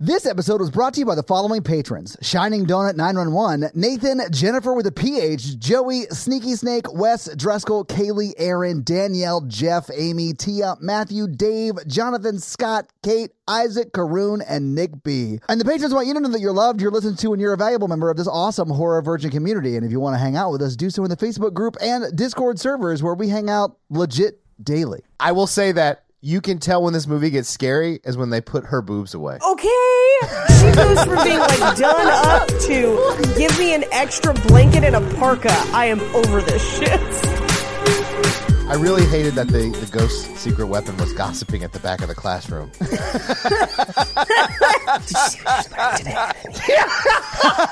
This episode was brought to you by the following patrons Shining Donut 911, Nathan, Jennifer with a PH, Joey, Sneaky Snake, Wes, Dreskel, Kaylee, Aaron, Danielle, Jeff, Amy, Tia, Matthew, Dave, Jonathan, Scott, Kate, Isaac, Karoon, and Nick B. And the patrons want you to know that you're loved, you're listened to, and you're a valuable member of this awesome horror virgin community. And if you want to hang out with us, do so in the Facebook group and Discord servers where we hang out legit daily. I will say that you can tell when this movie gets scary is when they put her boobs away. Okay. She goes from being like done up to give me an extra blanket and a parka. I am over this shit. I really hated that the, the ghost secret weapon was gossiping at the back of the classroom.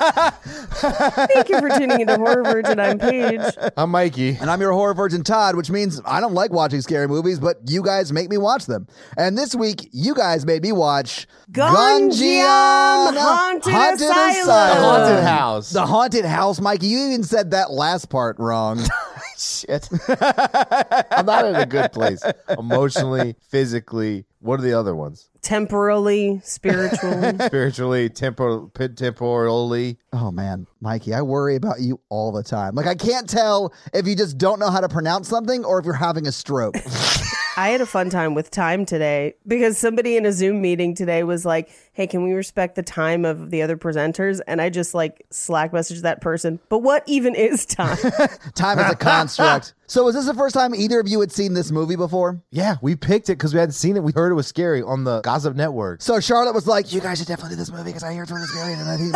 Thank you for tuning into Horror Virgin. I'm Paige. I'm Mikey. And I'm your horror virgin, Todd, which means I don't like watching scary movies, but you guys make me watch them. And this week, you guys made me watch Gungeon Gungeon Haunted Asylum. The haunted house. The haunted house, Mikey. You even said that last part wrong. Shit. I'm not in a good place emotionally, physically. What are the other ones? Temporally, spiritually. Spiritually, tempor- p- temporally. oh man, Mikey, I worry about you all the time. Like I can't tell if you just don't know how to pronounce something or if you're having a stroke. I had a fun time with time today because somebody in a Zoom meeting today was like, "Hey, can we respect the time of the other presenters?" And I just like Slack messaged that person. But what even is time? time is a construct. So is this the first time either of you had seen this movie before? Yeah, we picked it because we hadn't seen it. We heard it was scary on the Gossip Network. So Charlotte was like, "You guys should definitely do this movie because I hear it's really scary." And I think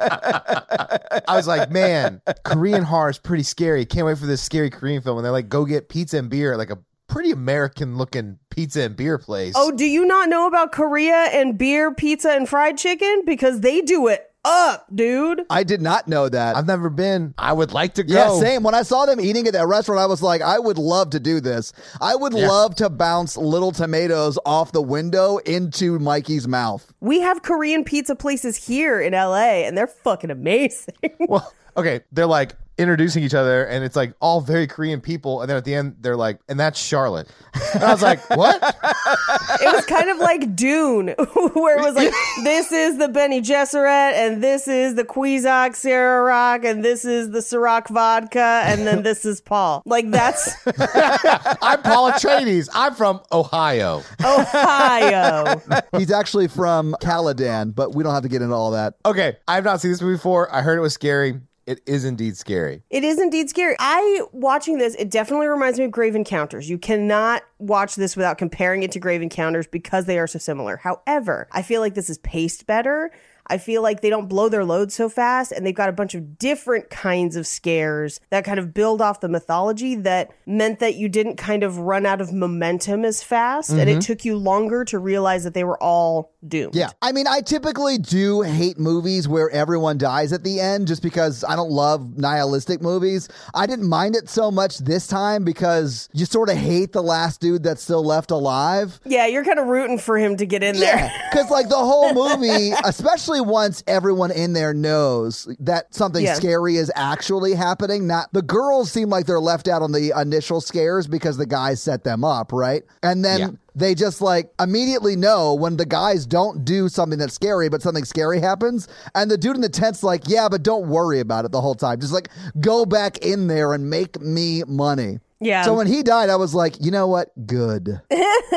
I was like, man, Korean horror is pretty scary. Can't wait for this scary Korean film. And they're like, go get pizza and beer at like a pretty American looking pizza and beer place. oh, do you not know about Korea and beer, pizza, and fried chicken because they do it up, dude? I did not know that. I've never been. I would like to go. Yeah, same. When I saw them eating at that restaurant, I was like, I would love to do this. I would love to bounce little tomatoes off the window into Mikey's mouth. We have Korean pizza places here in LA, and they're fucking amazing. Well, okay, they're like introducing each other, and it's like all very Korean people, and then at the end, they're like, and that's Charlotte. And I was like, what? It was kind of like Dune, where it was like, this is the Benny Gesserit, and this is the Quizoc Ciroc, and this is the Ciroc vodka, and then this is Paul. Like, that's I'm Paul Atreides. I'm from Ohio. Ohio. He's actually from Caladan, but we don't have to get into all that. Okay, I've not seen this movie before. I heard it was scary. It is indeed scary. It is indeed scary. I, watching this, it definitely reminds me of Grave Encounters. You cannot watch this without comparing it to Grave Encounters because they are so similar. However, I feel like this is paced better. I feel like they don't blow their load so fast, and they've got a bunch of different kinds of scares that kind of build off the mythology that meant that you didn't kind of run out of momentum as fast, and it took you longer to realize that they were all doomed. Mm-hmm. Yeah. I mean, I typically do hate movies where everyone dies at the end just because I don't love nihilistic movies. I didn't mind it so much this time because you sort of hate the last dude that's still left alive. Yeah, you're kind of rooting for him to get in there. Yeah, because like the whole movie, especially once everyone in there knows that something Yeah. scary is actually happening. Not the girls seem like they're left out on the initial scares because the guys set them up, right? And then. Yeah. They just like immediately know when the guys don't do something that's scary, but something scary happens. And the dude in the tent's like, Yeah, but don't worry about it the whole time. Just like go back in there and make me money. Yeah. So when he died, I was like, You know what? Good.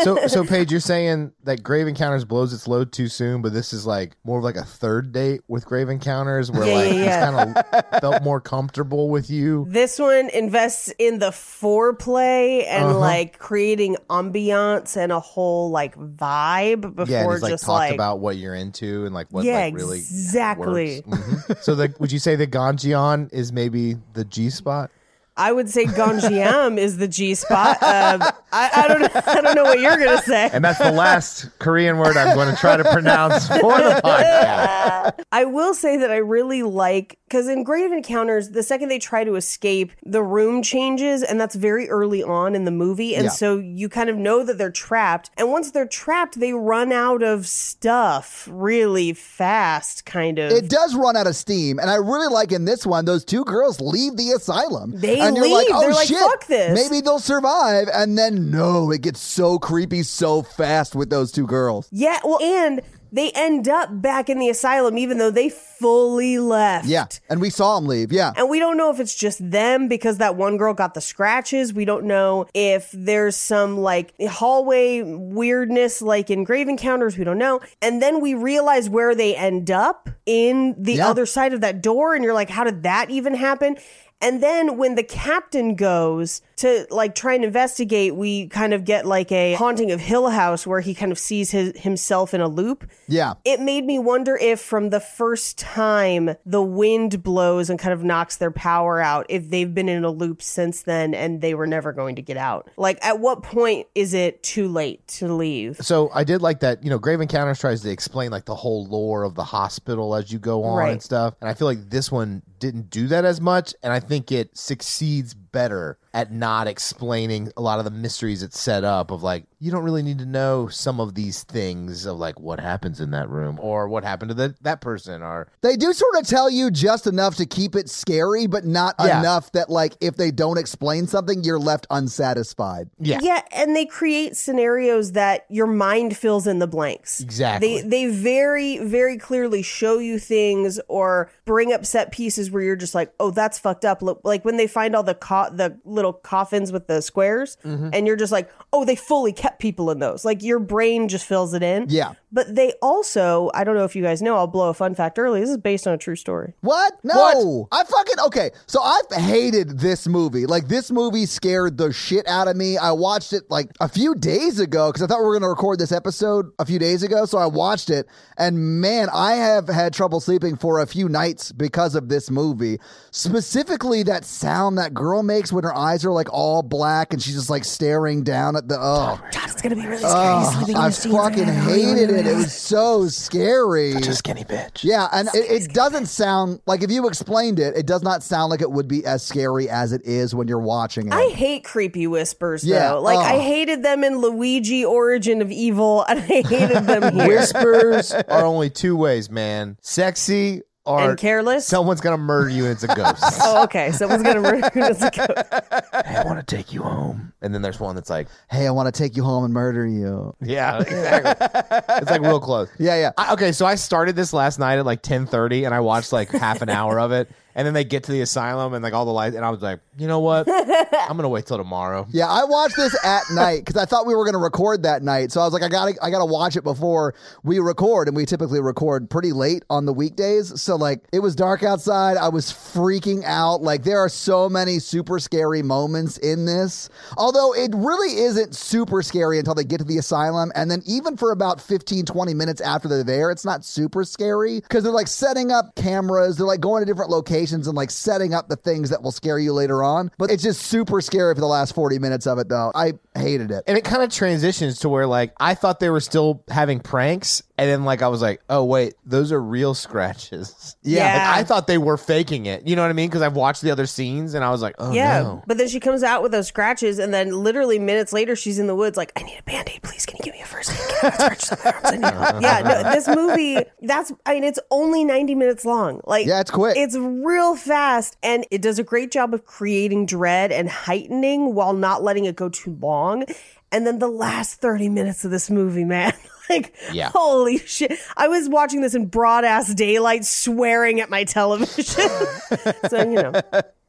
So, so Paige, you're saying that Grave Encounters blows its load too soon, but this is like more of like a third date with Grave Encounters, where Yeah, like yeah, yeah. it's kind of felt more comfortable with you. This one invests in the foreplay and Uh-huh. like creating ambiance and a whole like vibe before yeah, and he's like just talked like about what you're into and like what Yeah, like really exactly. works. Mhm. so like would you say the Ganjion is maybe the G spot? I would say Ganjiam is the G spot. Um, I, I don't I don't know what you're gonna say. And that's the last Korean word I'm going to try to pronounce for the podcast. I will say that I really like because in Grave Encounters, the second they try to escape, the room changes, and that's very early on in the movie. And Yeah. so you kind of know that they're trapped. And once they're trapped, they run out of stuff really fast, kind of. It does run out of steam, and I really like in this one those two girls leave the asylum. They and you're leave. like, oh They're like, shit, fuck this. maybe they'll survive. And then no, it gets so creepy so fast with those two girls. Yeah, well, and they end up back in the asylum, even though they fully left. Yeah, and we saw them leave. Yeah, And we don't know if it's just them because that one girl got the scratches. We don't know if there's some like hallway weirdness like in grave encounters. We don't know. And then we realize where they end up in the Yeah. other side of that door. And you're like, how did that even happen? And then when the captain goes to like try and investigate, we kind of get like a haunting of Hill House where he kind of sees his, himself in a loop yeah. it made me wonder if from the first time the wind blows and kind of knocks their power out if they've been in a loop since then and they were never going to get out like at what point is it too late to leave So I did like that. You know, Grave Encounters tries to explain like the whole lore of the hospital as you go on Right. and stuff. And I feel like this one didn't do that as much. And I think it succeeds better at not explaining a lot of the mysteries it's set up of like, you don't really need to know some of these things of like what happens in that room or what happened to the, that person or They do sort of tell you just enough to keep it scary, but not Yeah. enough that, like, if they don't explain something, you're left unsatisfied. yeah. yeah and they create scenarios that your mind fills in the blanks Exactly. They they very very clearly show you things or bring up set pieces where you're just like, oh, that's fucked up. Look, Like when they find all the co- the little coffins with the squares, Mm-hmm. and you're just like, oh, they fully kept people in those. Like your brain just fills it in. Yeah. But they also, I don't know if you guys know, I'll blow a fun fact early. This is based on a true story. What? No. I fucking okay. So I've hated this movie. Like this movie scared the shit out of me. I watched it like a few days ago because I thought we were gonna record this episode a few days ago. So I watched it, and man, I have had trouble sleeping for a few nights because of this movie. Specifically, that sound that girl makes when her eyes are like all black and she's just like staring down at the. Oh, God, it's gonna be really oh, I fucking hated it. It was so scary. skinny bitch. Yeah, and it, it doesn't sound like if you explained it, it does not sound like it would be as scary as it is when you're watching it. I hate creepy whispers Yeah, though. Like I ugh. hated them in Luigi Origin of Evil, and I hated them here. Whispers are only two ways, man. Sexy or and careless. someone's gonna murder you and it's a ghost. oh, okay. Someone's gonna murder you as a ghost. I want to take you home. And then there's one that's like, hey, I want to take you home and murder you. yeah, Uh, exactly. it's like real close. Yeah, yeah. I, okay, so I started this last night at like 10:30, and I watched like half an hour of it. And then they get to the asylum and like all the lights, and I was like, you know what? I'm gonna wait till tomorrow. Yeah, I watched this at night because I thought we were going to record that night. So I was like, I gotta, I gotta watch it before we record, and we typically record pretty late on the weekdays. So like, it was dark outside. I was freaking out. Like, there are so many super scary moments in this. Although it really isn't super scary until they get to the asylum, and then even for about 15, 20 minutes after they're there, it's not super scary because they're like setting up cameras. They're like going to different locations and like setting up the things that will scare you later on. But it's just super scary for the last 40 minutes of it, though. I hated it. And it kind of transitions to where like I thought they were still having pranks, and then like I was like, oh wait, those are real scratches. Yeah. Like, I thought they were faking it. You know what I mean? Because I've watched the other scenes, and I was like, oh Yeah. no. But then she comes out with those scratches, and then literally minutes later, she's in the woods, like, I need a band aid, please. Can you give me a first aid? kit? I've got scratches on my arms. I need-" yeah. No, this movie, that's, I mean, it's only 90 minutes long. Like, Yeah, it's quick. It's real fast, and it does a great job of creating dread and heightening while not letting it go too long. And then the last 30 minutes of this movie, man. Like, Yeah. holy shit. I was watching this in broad ass daylight, swearing at my television. so, you know.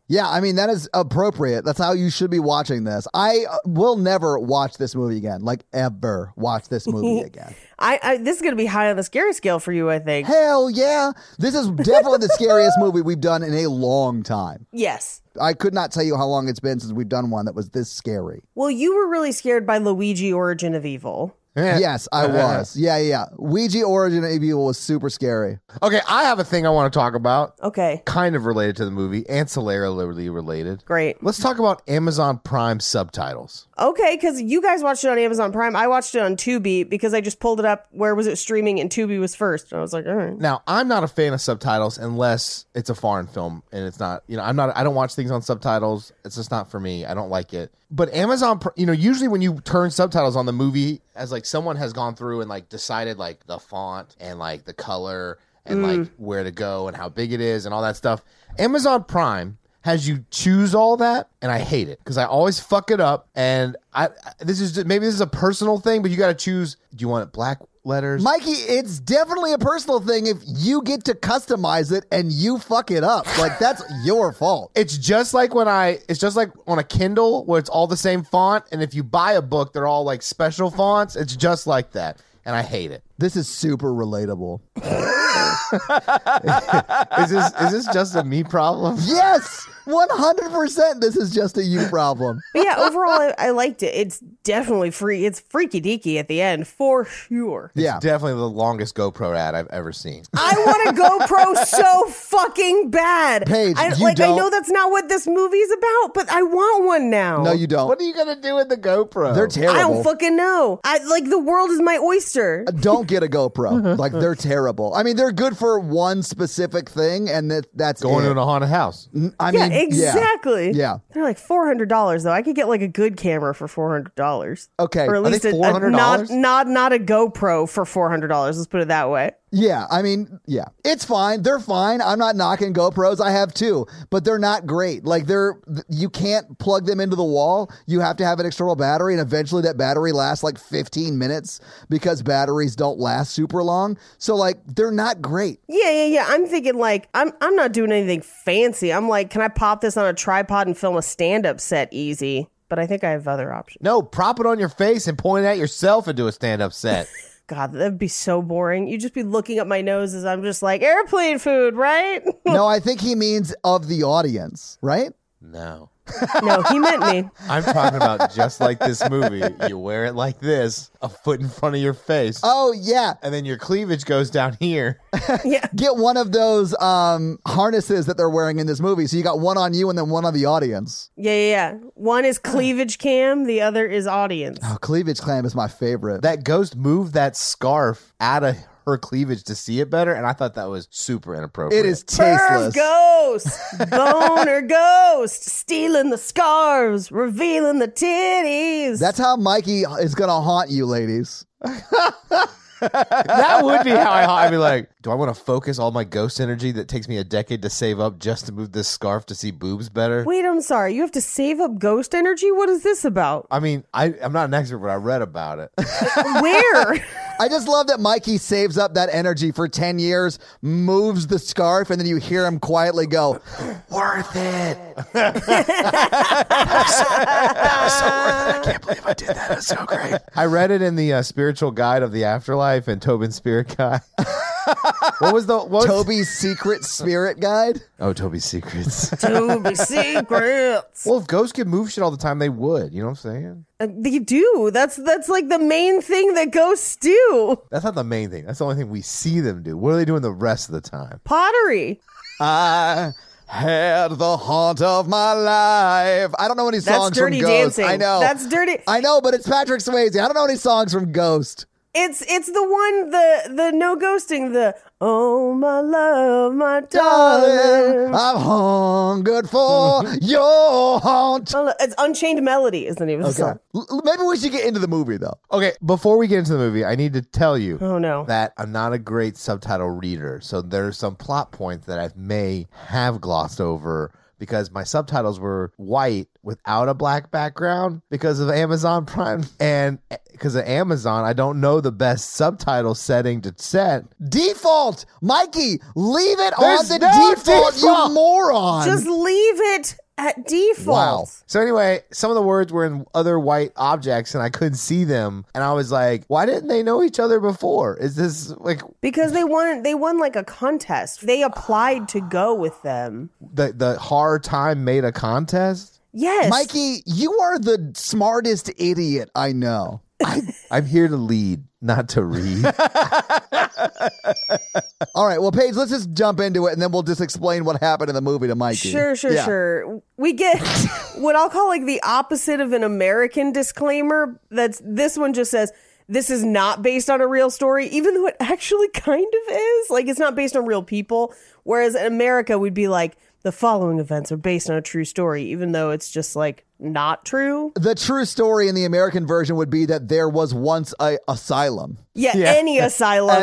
Yeah, I mean, that is appropriate. That's how you should be watching this. I uh, will never watch this movie again, like, ever watch this movie again. I, I this is gonna be high on the scary scale for you, I think. Hell yeah. This is definitely the scariest movie we've done in a long time. Yes. I could not tell you how long it's been since we've done one that was this scary. Well, you were really scared by Luigi Origin of Evil. Yeah. Yes, I was. Yeah, yeah. Ouija Origin of Evil was super scary. Okay, I have a thing I want to talk about. Okay, kind of related to the movie, ancillarily related. great. Let's talk about Amazon Prime subtitles. Okay, because you guys watched it on Amazon Prime. I watched it on Tubi because I just pulled it up. Where was it streaming? And Tubi was first. And I was like, all right. Now, I'm not a fan of subtitles unless it's a foreign film and it's not, you know, I'm not I don't watch things on subtitles. It's just not for me. I don't like it. But Amazon, Pr- you know, usually when you turn subtitles on the movie as like someone has gone through and like decided like the font and like the color and like where to go and how big it is and all that stuff. Amazon Prime has you choose all that, and I hate it because I always fuck it up. And I, I this is just, maybe this is a personal thing, but you got to choose. Do you want it black letters? Mikey, it's definitely a personal thing if you get to customize it and you fuck it up. Like that's your fault. it's just like when I, it's just like on a Kindle where it's all the same font, and if you buy a book, they're all like special fonts. It's just like that, and I hate it. This is super relatable. Is this is this just a me problem? Yes, 100%. This is just a you problem. But yeah, overall, I, I liked it. It's definitely free. It's freaky deaky at the end for sure. Yeah. Definitely the longest GoPro ad I've ever seen. I want a GoPro so fucking bad. Paige, I, you like I don't- know that's not what this movie is about, but I want one now. No, you don't. What are you gonna do with the GoPro? They're terrible. I don't fucking know. I like the world is my oyster. don't get a Uh-huh. GoPro. like they're terrible. I mean, they're good for one specific thing, and that that's going it. to a haunted house. I yeah, mean, exactly. Yeah. They're like four hundred dollars though. I could get like a good camera for four hundred dollars. Okay. Or at Are least they a, a $400? not not not a GoPro for four hundred dollars. Let's put it that way. Yeah, I mean, yeah, it's fine. They're fine. I'm not knocking GoPros. I have two, but they're not great. Like they're th- you can't plug them into the wall. You have to have an external battery, and eventually that battery lasts like 15 minutes because batteries don't last super long. So like they're not great. Yeah, yeah, yeah. I'm thinking like I'm I'm not doing anything fancy. I'm like, can I pop this on a tripod and film a stand up set easy? But I think I have other options. No, prop it on your face and point it at yourself and do a stand up set. God, that'd be so boring. You'd just be looking up my nose as I'm just like airplane food, right? no, I think he means of the audience, right? no. no, he meant me. I'm talking about just like this movie. You wear it like this, a foot in front of your face, Oh yeah, and then your cleavage goes down here. Yeah. get one of those um, harnesses that they're wearing in this movie. So you got one on you and then one on the audience. Yeah, yeah, yeah. One is cleavage cam, the other is audience. Oh, cleavage clam is my favorite. That ghost moved that scarf out of her cleavage to see it better, and I thought that was super inappropriate. it is Perv tasteless. ghost, boner ghost, stealing the scarves, revealing the titties. That's how Mikey is gonna haunt you, ladies. that would be how I. I'd be like, do I want to focus all my ghost energy that takes me a decade to save up just to move this scarf to see boobs better? Wait, I'm sorry. You have to save up ghost energy? What is this about? I mean, I, I'm not an expert, but I read about it. Where? I just love that Mikey saves up that energy for ten years, moves the scarf, and then you hear him quietly go, Worth it. I read it in the uh, spiritual guide of the afterlife and Tobin Spirit Guy. what was the what? was- "Toby's secret spirit guide." oh, Toby's secrets. Toby secrets. well, if ghosts could move shit all the time, they would. You know what I'm saying? Uh, They do. That's that's like the main thing that ghosts do. That's not the main thing. That's the only thing we see them do. What are they doing the rest of the time? Pottery. I had the haunt of my life. I don't know any That's songs Dirty from Ghost. Dancing. I know That's Dirty- I know, but it's Patrick Swayze. I don't know any songs from Ghost. It's it's the one the the no ghosting the oh my love my darling. I'm hungered for your haunt. Oh, It's Unchained Melody is the name of the song. L- l- Maybe we should get into the movie though. Okay, before we get into the movie, I need to tell you Oh no. that I'm not a great subtitle reader. So there's some plot points that I may have glossed over because my subtitles were white without a black background because of Amazon Prime. And because of Amazon, I don't know the best subtitle setting to set. Default, Mikey, leave it There's on the no default, default. you moron. Just leave it at Wow. default. So anyway, some of the words were in other white objects and I couldn't see them. And I was like, why didn't they know each other before? Is this like Because they won they won like a contest. They applied to go with them. the, the hard time made a contest? Yes. Mikey, you are the smartest idiot I know. I'm here to lead, not to read. All right, well, Paige, let's just jump into it and then we'll just explain what happened in the movie to Mikey. Sure, sure, Yeah. sure. We get what I'll call like the opposite of an American disclaimer. That's this one just says this is not based on a real story, even though it actually kind of is. Like it's not based on real people. Whereas in America, we'd be like, the following events are based on a true story, even though it's just like not true. The true story in the American version would be that there was once a asylum. Yeah, any asylum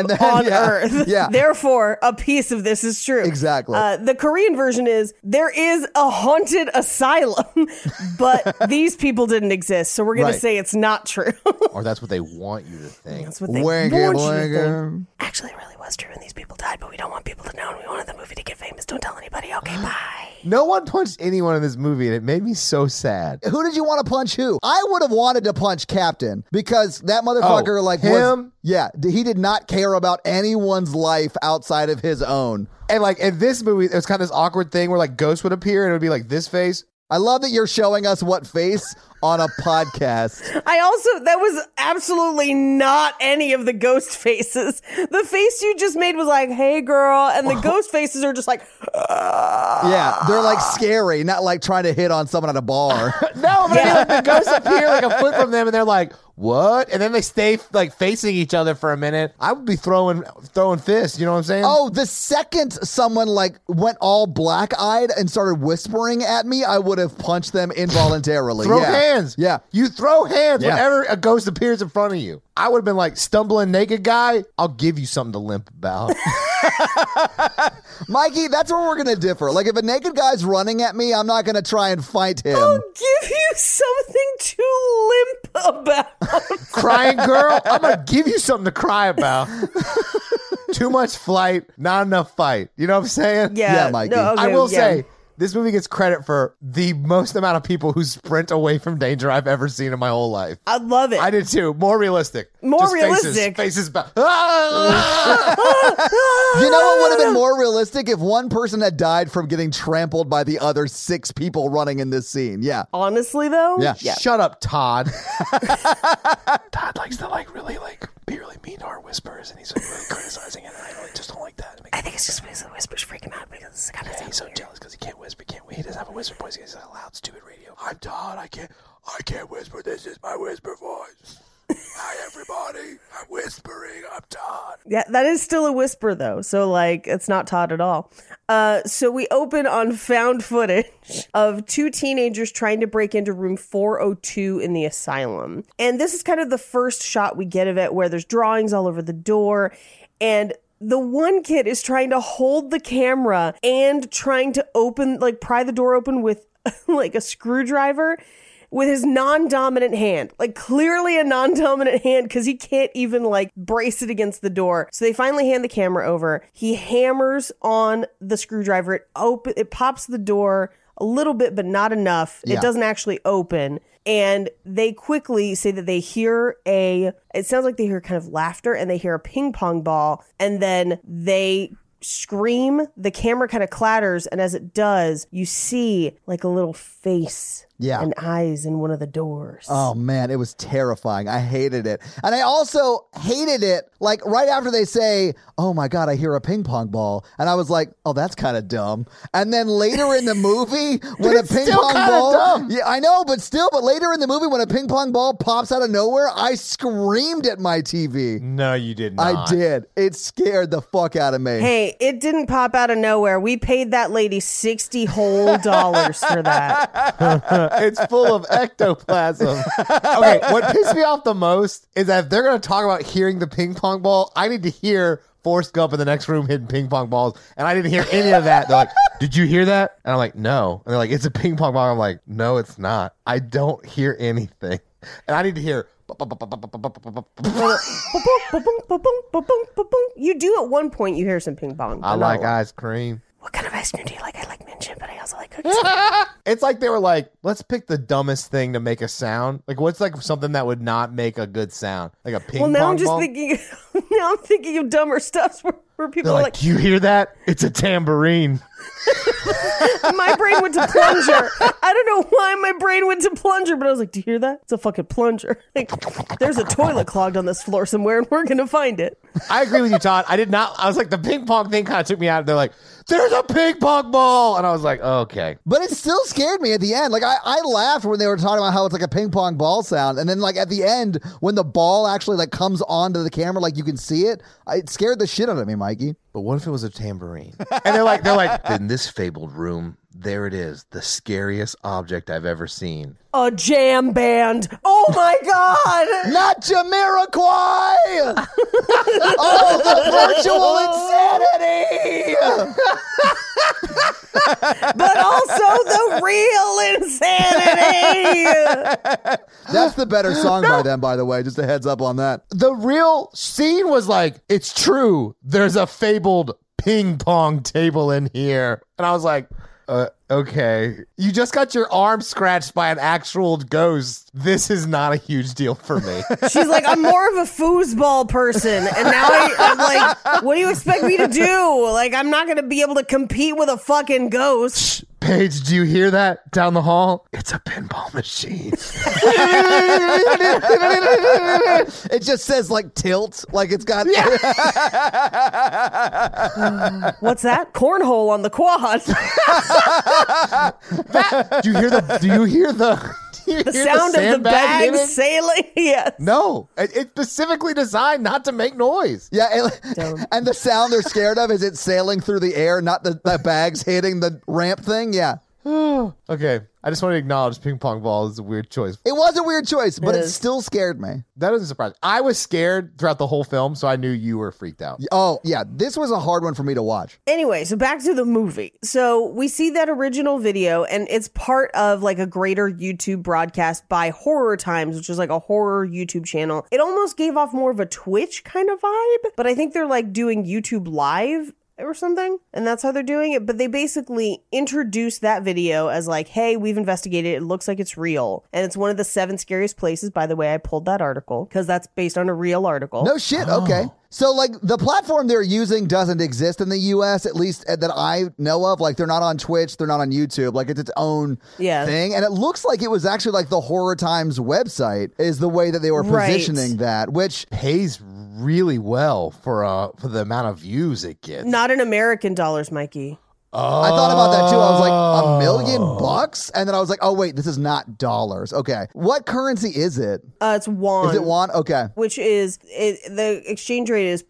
And then- on yeah, earth. yeah. Therefore, a piece of this is true. Exactly. Uh, the Korean version is there is a haunted asylum, but these people didn't exist, so we're going Right. to say it's not true. or that's what they want you to think. That's what they Wanky, want you to think. wanky. Actually, it really was true, and these people died, but we don't want people to know, and we wanted the movie to get famous. Don't tell anybody. Okay, bye. No one punched anyone in this movie, and it made me so sad. Who did you want to punch? Who I would have wanted to punch Captain because that motherfucker Oh, like Was, him? yeah, d- he did not care about anyone's life outside of his own. And like in this movie, it was kind of this awkward thing where like ghosts would appear and it would be like this face. I love that you're showing us what face on a podcast. I also that was absolutely not any of the ghost faces. The face you just made was like, "Hey, girl," and the ghost faces are just like, Yeah, they're like Ah. scary, not like trying to hit on someone at a bar. Oh, No, but I mean, like, the ghosts appear like a foot from them, and they're like, "What?" And then they stay like facing each other for a minute. I would be throwing throwing fists. You know what I'm saying? oh, the second someone like went all black eyed and started whispering at me, I would have punched them involuntarily. Throw Yeah. hands. Yeah. You throw hands Yeah. whenever a ghost appears in front of you. I would have been like, stumbling naked guy, I'll give you something to limp about. Mikey, that's where we're gonna differ. Like if a naked guy's running at me, I'm not gonna try and fight him. Oh, "I'll give you something to limp about." Crying girl, I'm going to give you something to cry about. Too much flight, not enough fight. You know what I'm saying? Yeah, Yeah, Mikey. No, okay, I will yeah. say, this movie gets credit for the most amount of people who sprint away from danger I've ever seen in my whole life. I love it. I did too. More realistic. More Just Faces, realistic. faces back. Ah! You know what would have been more realistic if one person had died from getting trampled by the other six people running in this scene. Yeah. Honestly, though, Yeah. Shut up, Todd. Todd likes to like really like be really mean to our whispers, and he's like really criticizing it. And I really just don't like that. It makes I think it's just because the whispers freak him out because it's kind of me so jealous because he can't whisper. Can't he doesn't have a whisper voice? He's a loud, stupid radio. I'm Todd. I can't. I can't whisper. This is my whisper voice. Hi, everybody. I'm whispering. I'm Todd. Yeah, that is still a whisper though. So like it's not Todd at all. Uh so we open on found footage of two teenagers trying to break into room 402 in the asylum. And this is kind of the first shot we get of it where there's drawings all over the door and the one kid is trying to hold the camera and trying to open like pry the door open with like a screwdriver with his non-dominant hand like clearly a non-dominant hand because he can't even like brace it against the door so they finally hand the camera over he hammers on the screwdriver it open it pops the door a little bit but not enough Yeah. it doesn't actually open and they quickly say that they hear a it sounds like they hear kind of laughter and they hear a ping pong ball and then they scream the camera kind of clatters and as it does you see like a little face Yeah. and eyes in one of the doors. Oh man, it was terrifying. I hated it. And I also hated it like right after they say, "Oh my god, I hear a ping pong ball." And I was like, "Oh, that's kind of dumb." And then later in the movie when a ping still pong kinda ball dumb. Yeah, I know, but still, but later in the movie when a ping pong ball pops out of nowhere, I screamed at my TV. no, you did I did. It scared the fuck out of me. Hey, it didn't pop out of nowhere. We paid that lady 60 whole dollars for that. it's full of ectoplasm. Okay, what pissed me off the most is that if they're going to talk about hearing the ping pong ball, I need to hear Forrest Gump in the next room hitting ping pong balls, and I didn't hear any of that. They're like, "Did you hear that?" And I'm like, "No." And they're like, "It's a ping pong ball." I'm like, "No, it's not. I don't hear anything." And I need to hear. Ba-boom, ba-boom, ba-boom, ba-boom. You do at one point you hear some ping pong. I but not like a lot. ice cream. What kind of ice cream do you like? I like mint chip, but I also like cookies. It's like they were like, let's pick the dumbest thing to make a sound. Like, what's like something that would not make a good sound? Like a ping well, pong now I'm just ball? thinking now I'm thinking of dumber stuffs where, where They're people are like, like, you hear that? It's a tambourine. my brain went to plunger. I don't know why my brain went to plunger, but I was like, do you hear that? It's a fucking plunger. Like, there's a toilet clogged on this floor somewhere and we're going to find it. I agree with you, Todd. I did not. I was like, the ping pong thing kind of took me out. They're like, there's a ping pong ball. And I was like, okay. But it still scared me at the end. Like I, I laughed when they were talking about how it's like a ping pong ball sound, and then like at the end when the ball actually like comes onto the camera, like you can see it. I- It scared the shit out of me, Mikey. But what if it was a tambourine? And they're like, they're like, in this fabled room, there it is, the scariest object I've ever seen. A jam band. Oh my god. Not Jamiroquai! oh, the virtual insanity! But also the real insanity. That's the better song by them, by the way. Just a heads up on that. The real scene was like, it's true. There's a fabled ping pong table in here. And I was like, uh, okay. You just got your arm scratched by an actual ghost. This is not a huge deal for me. She's like, I'm more of a foosball person, and now I, I'm like, what do you expect me to do? Like, I'm not gonna be able to compete with a fucking ghost. Paige, do you hear that down the hall? It's a pinball machine. it just says like tilt, like it's got. What's that? Cornhole on the quad. do you hear the? Do you hear the? Do you The sound of the bag sailing. Yes. No, it- it's specifically designed not to make noise. Yeah, it, and the sound they're scared of is it sailing through the air, not the, the bags hitting the ramp thing. Yeah. Okay, I just want to acknowledge ping pong ball is a weird choice. It was a weird choice, but it is. still scared me. That doesn't surprise. I was scared throughout the whole film, so I knew you were freaked out. Oh, yeah. This was a hard one for me to watch. Anyway, so back to the movie. So we see that original video, and it's part of like a greater YouTube broadcast by Horror Times, which is like a horror YouTube channel. It almost gave off more of a Twitch kind of vibe, but I think they're like doing YouTube live or something and that's how they're doing it but they basically introduce that video as like hey we've investigated it. it looks like it's real and it's one of the seven scariest places by the way i pulled that article because that's based on a real article No shit. Okay. So, like, the platform they're using doesn't exist in the US, at least uh, that I know of. Like, they're not on Twitch, they're not on YouTube. Like, it's its own Yeah. thing. And it looks like it was actually like the Horror Times website, is the way that they were Right. positioning that, which Pays really well for uh for the amount of views it gets. Oh. not in american dollars mikey I thought about that too. I was like, a million bucks? And then I was like, oh, wait, this is not dollars. Okay. What currency is it? uh, it's Is it one? Okay. which is it, the exchange rate is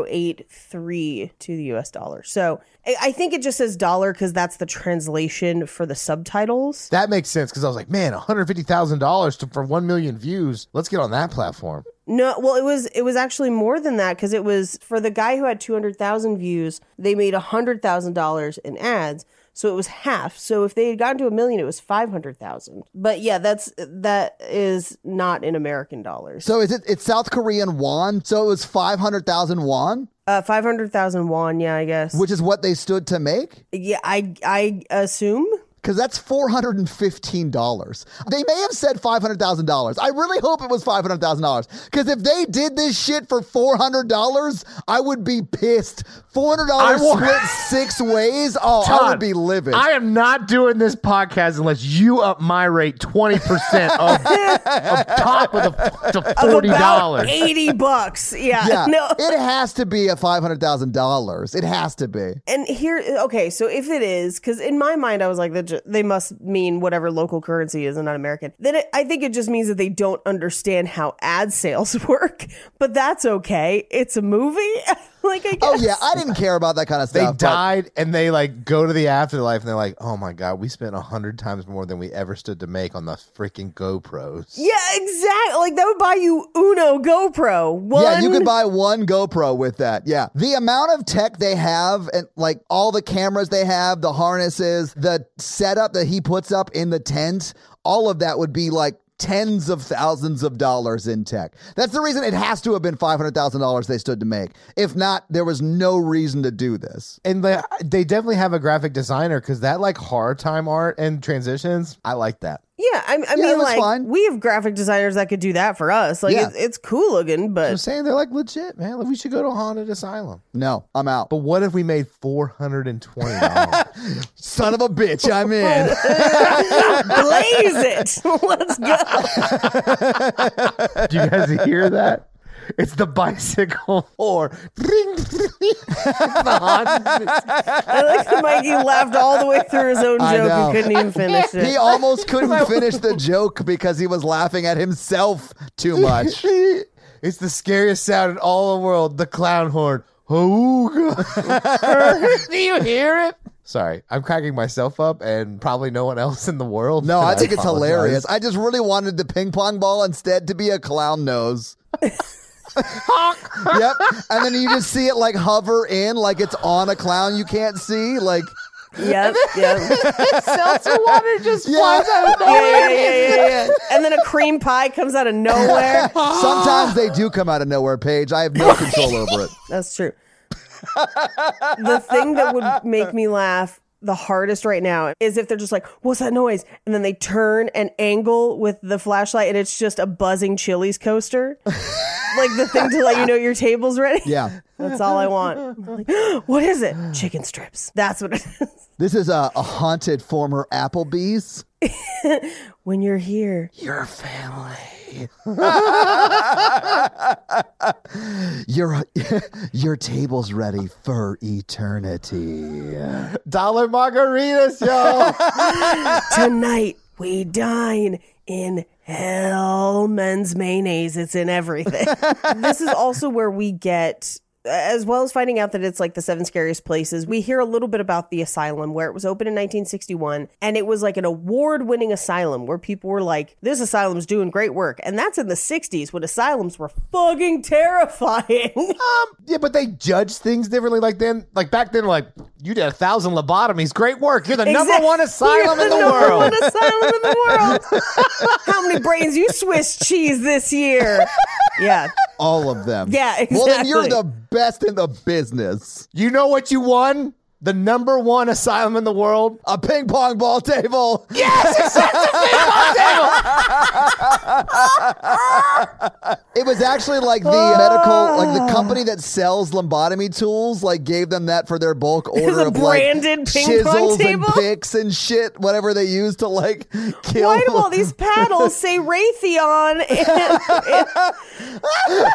0.00083 to the US dollar. So I, I think it just says dollar because that's the translation for the subtitles. That makes sense because I was like, man, one hundred fifty thousand dollars for one million views. Let's get on that platform. No, well, it was it was actually more than that because it was for the guy who had 200,000 views, they made $100,000 in ads. So it was half. So if they had gotten to a million, it was 500,000. But yeah, that's that is not in American dollars. So, is it it's South Korean won? So, it was 500,000 won, Uh 500,000 won, yeah, I guess. which is what they stood to make? yeah, I I assume Because that's four hundred and fifteen dollars. They may have said five hundred thousand dollars. I really hope it was five hundred thousand dollars. Because if they did this shit for four hundred dollars, I would be pissed. Four hundred dollars I wa- split six ways. Oh, I would Todd, be livid. I am not doing this podcast unless you up my rate twenty percent of, of top of the to of forty about dollars. 80 bucks. Yeah. yeah, No. it has to be at five hundred thousand dollars. It has to be. And here, okay, so if it is, because in my mind I was like, that ju- they must mean whatever local currency is and not American. Then it, I think it just means that they don't understand how ad sales work. But that's okay. It's a movie. like I guess. Oh yeah, I didn't care about that kind of They stuff. but- died and they like go to the afterlife and they're like, oh my god, we spent a hundred times more than we ever stood to make on the freaking GoPros. Yeah, exactly. Like that would buy you Uno GoPro. One. Yeah, you could buy one GoPro with that. Yeah. The amount of tech they have and like all the cameras they have, the harnesses, the setup that he puts up in the tent, all of that would be like tens of thousands of dollars in tech. That's the reason it has to have been $500,000 they stood to make. If not, there was no reason to do this. And they, they definitely have a graphic designer because that like hard time art and transitions, I like that. Yeah, I, I Yeah, it mean, was like fine. we have graphic designers that could do that for us. Like Yeah. it's, it's cool looking, I'm but saying they're like legit, man. Like, we should go to haunted asylum. No, I'm out. But what if we made four hundred and twenty dollars? Son of a bitch, I'm in. blaze it. Let's go. Do you guys hear that? It's the bicycle or the Hans. I like that Mikey laughed all the way through his own I joke know. and couldn't even finish He it. almost couldn't finish the joke because he was laughing at himself too much. It's the scariest sound in all the world. The clown horn. Hooga. Do you hear it? Sorry, I'm cracking myself up, and probably no one else in the world. No, And I think it's apologize. hilarious. I just really wanted the ping pong ball instead to be a clown nose. yep. And then you just see it like hover in, like it's on a clown you can't see. Like, Yep, yep. Seltzer water just flies out of Yeah, yeah, yeah, yeah, yeah. And then a cream pie comes out of nowhere. sometimes they do come out of nowhere, Paige. I have no control over it. That's true. the thing that would make me laugh the hardest right now is if they're just like, "What's that noise?" and then they turn and angle with the flashlight, and it's just a buzzing Chili's coaster, like the thing to let you know your table's ready. Yeah. That's all I want. I'm like, what is it? Chicken strips. That's what it is. This is a, a haunted former Applebee's. When you're here, Your family. your your table's ready for eternity. Dollar margaritas, yo. tonight we dine in Hellman's mayonnaise. It's in everything. this is also where we get. As well as finding out that it's like the seven scariest places, we hear a little bit about the asylum where it was opened in 1961 and it was like an award winning asylum where people were like, this asylum's doing great work. And that's in the 60s when asylums were fucking terrifying. Yeah, but they judge things differently. Like then, like back then, like you did a thousand lobotomies. Great work. You're the number Exact- one asylum You're in the, number world. One asylum in the world. How many brains you Swiss cheese this year? Yeah, All of them. yeah, exactly. Well, then you're the best in the business. You know what you won? The number one asylum in the world. A ping pong ball table. Yes, it's such a big It was actually like the Ah. medical, like the company that sells lobotomy tools, like gave them that for their bulk order a of like branded ping pong chisels and table? picks and shit, whatever they use to like kill. Why do all these paddles say Raytheon? And,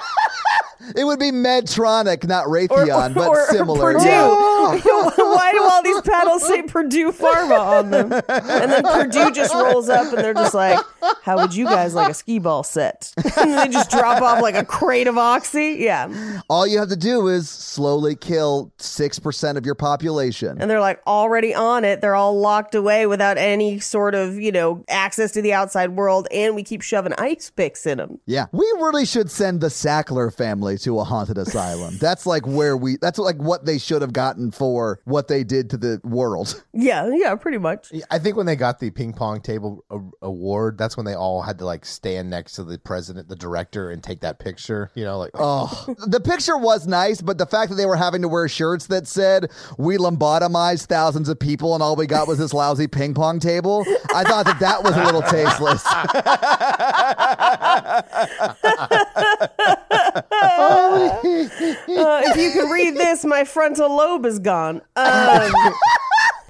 It would be Medtronic, not Raytheon, but or similar. Purdue? Yeah. Why do all these paddles say Purdue Pharma on them? And then Purdue just rolls up and they're just like, "How would you guys like a skee ball set?" And they just drop off like a crate of oxy. Yeah. All you have to do is slowly kill six percent of your population. and they're like already on it. They're all locked away without any sort of, you know, access to the outside world. And we keep shoving ice picks in them. yeah, we really should send the Sackler family to a haunted asylum. That's like where we. That's like what they should have gotten for what they did to the world. Yeah, yeah, pretty much. deal. I think when they got the ping pong table a- award, that's when they all had to like stand next to the president, the director, and take that picture. You know, like Oh, the picture was nice, but the fact that they were having to wear shirts that said "We lobotomized thousands of people and all we got was this lousy ping pong table," I thought that that was a little tasteless. Uh, if you can read this, my frontal lobe is gone. Um,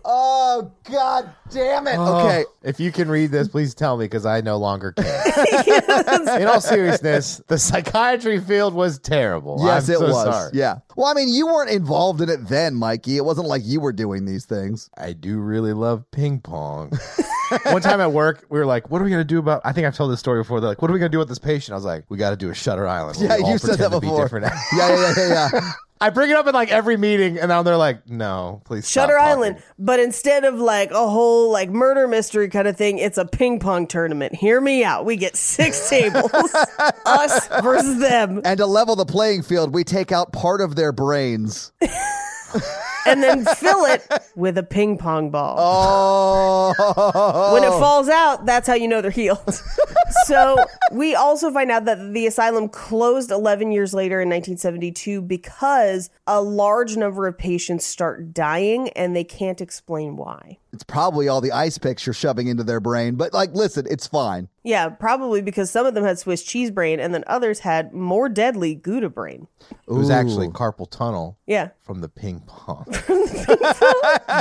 Oh God, damn it! Okay, "Oh, If you can read this, please tell me because I no longer can. In all seriousness, the psychiatry field was terrible. Yes, I'm it so was. sorry. Yeah. Well, I mean, you weren't involved in it then, Mikey. It wasn't like you were doing these things. I do really love ping pong. One time at work, we were like, "What are we gonna do about?" I think I've told this story before. They're like, "What are we gonna do with this patient?" I was like, "We got to do a Shutter Island." where Yeah, we all you said pretend that to be before. different." Yeah, yeah, yeah, yeah. yeah. I bring it up in like every meeting, and now they're like, "No, please." stop Shutter talking." Island. But instead of like a whole like murder mystery kind of thing, it's a ping pong tournament. Hear me out. We get six tables, us versus them. and to level the playing field, we take out part of their brains. and then fill it with a ping pong ball. Oh. When it falls out, that's how you know they're healed. so we also find out that the asylum closed 11 years later in 1972 because a large number of patients start dying and they can't explain why. It's probably all the ice picks you're shoving into their brain, but like, listen, it's fine. Yeah, probably because some of them had Swiss cheese brain and then others had more deadly Gouda brain. It was actually Ooh. carpal tunnel Yeah. from the ping pong.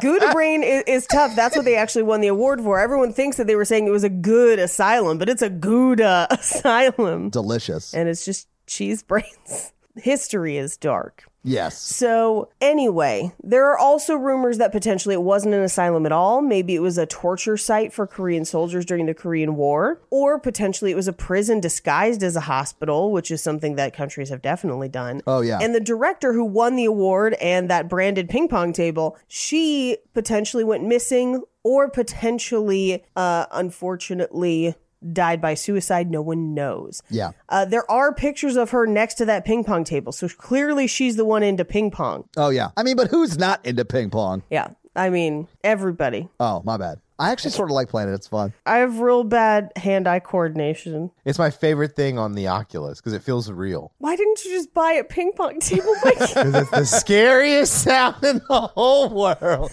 Gouda brain is, is tough. That's what they actually won the award for. Everyone thinks that they were saying it was a good asylum, but it's a Gouda asylum. Delicious. and it's just cheese brains. History is dark. Yes. So, anyway, there are also rumors that potentially it wasn't an asylum at all. Maybe it was a torture site for Korean soldiers during the Korean War, or potentially it was a prison disguised as a hospital, which is something that countries have definitely done. Oh, yeah. And the director who won the award and that branded ping pong table, she potentially went missing or potentially, uh, unfortunately, died by suicide. No one knows. Yeah. Uh, there are pictures of her next to that ping pong table. So clearly she's the one into ping pong. Oh, yeah. I mean, but who's not into ping pong? Yeah. I mean, everybody. Oh, my bad. I actually sort of like playing it. It's fun. I have real bad hand eye coordination. It's my favorite thing on the Oculus because it feels real. Why didn't you just buy a ping pong table? Mike? 'Cause It's the scariest sound in the whole world.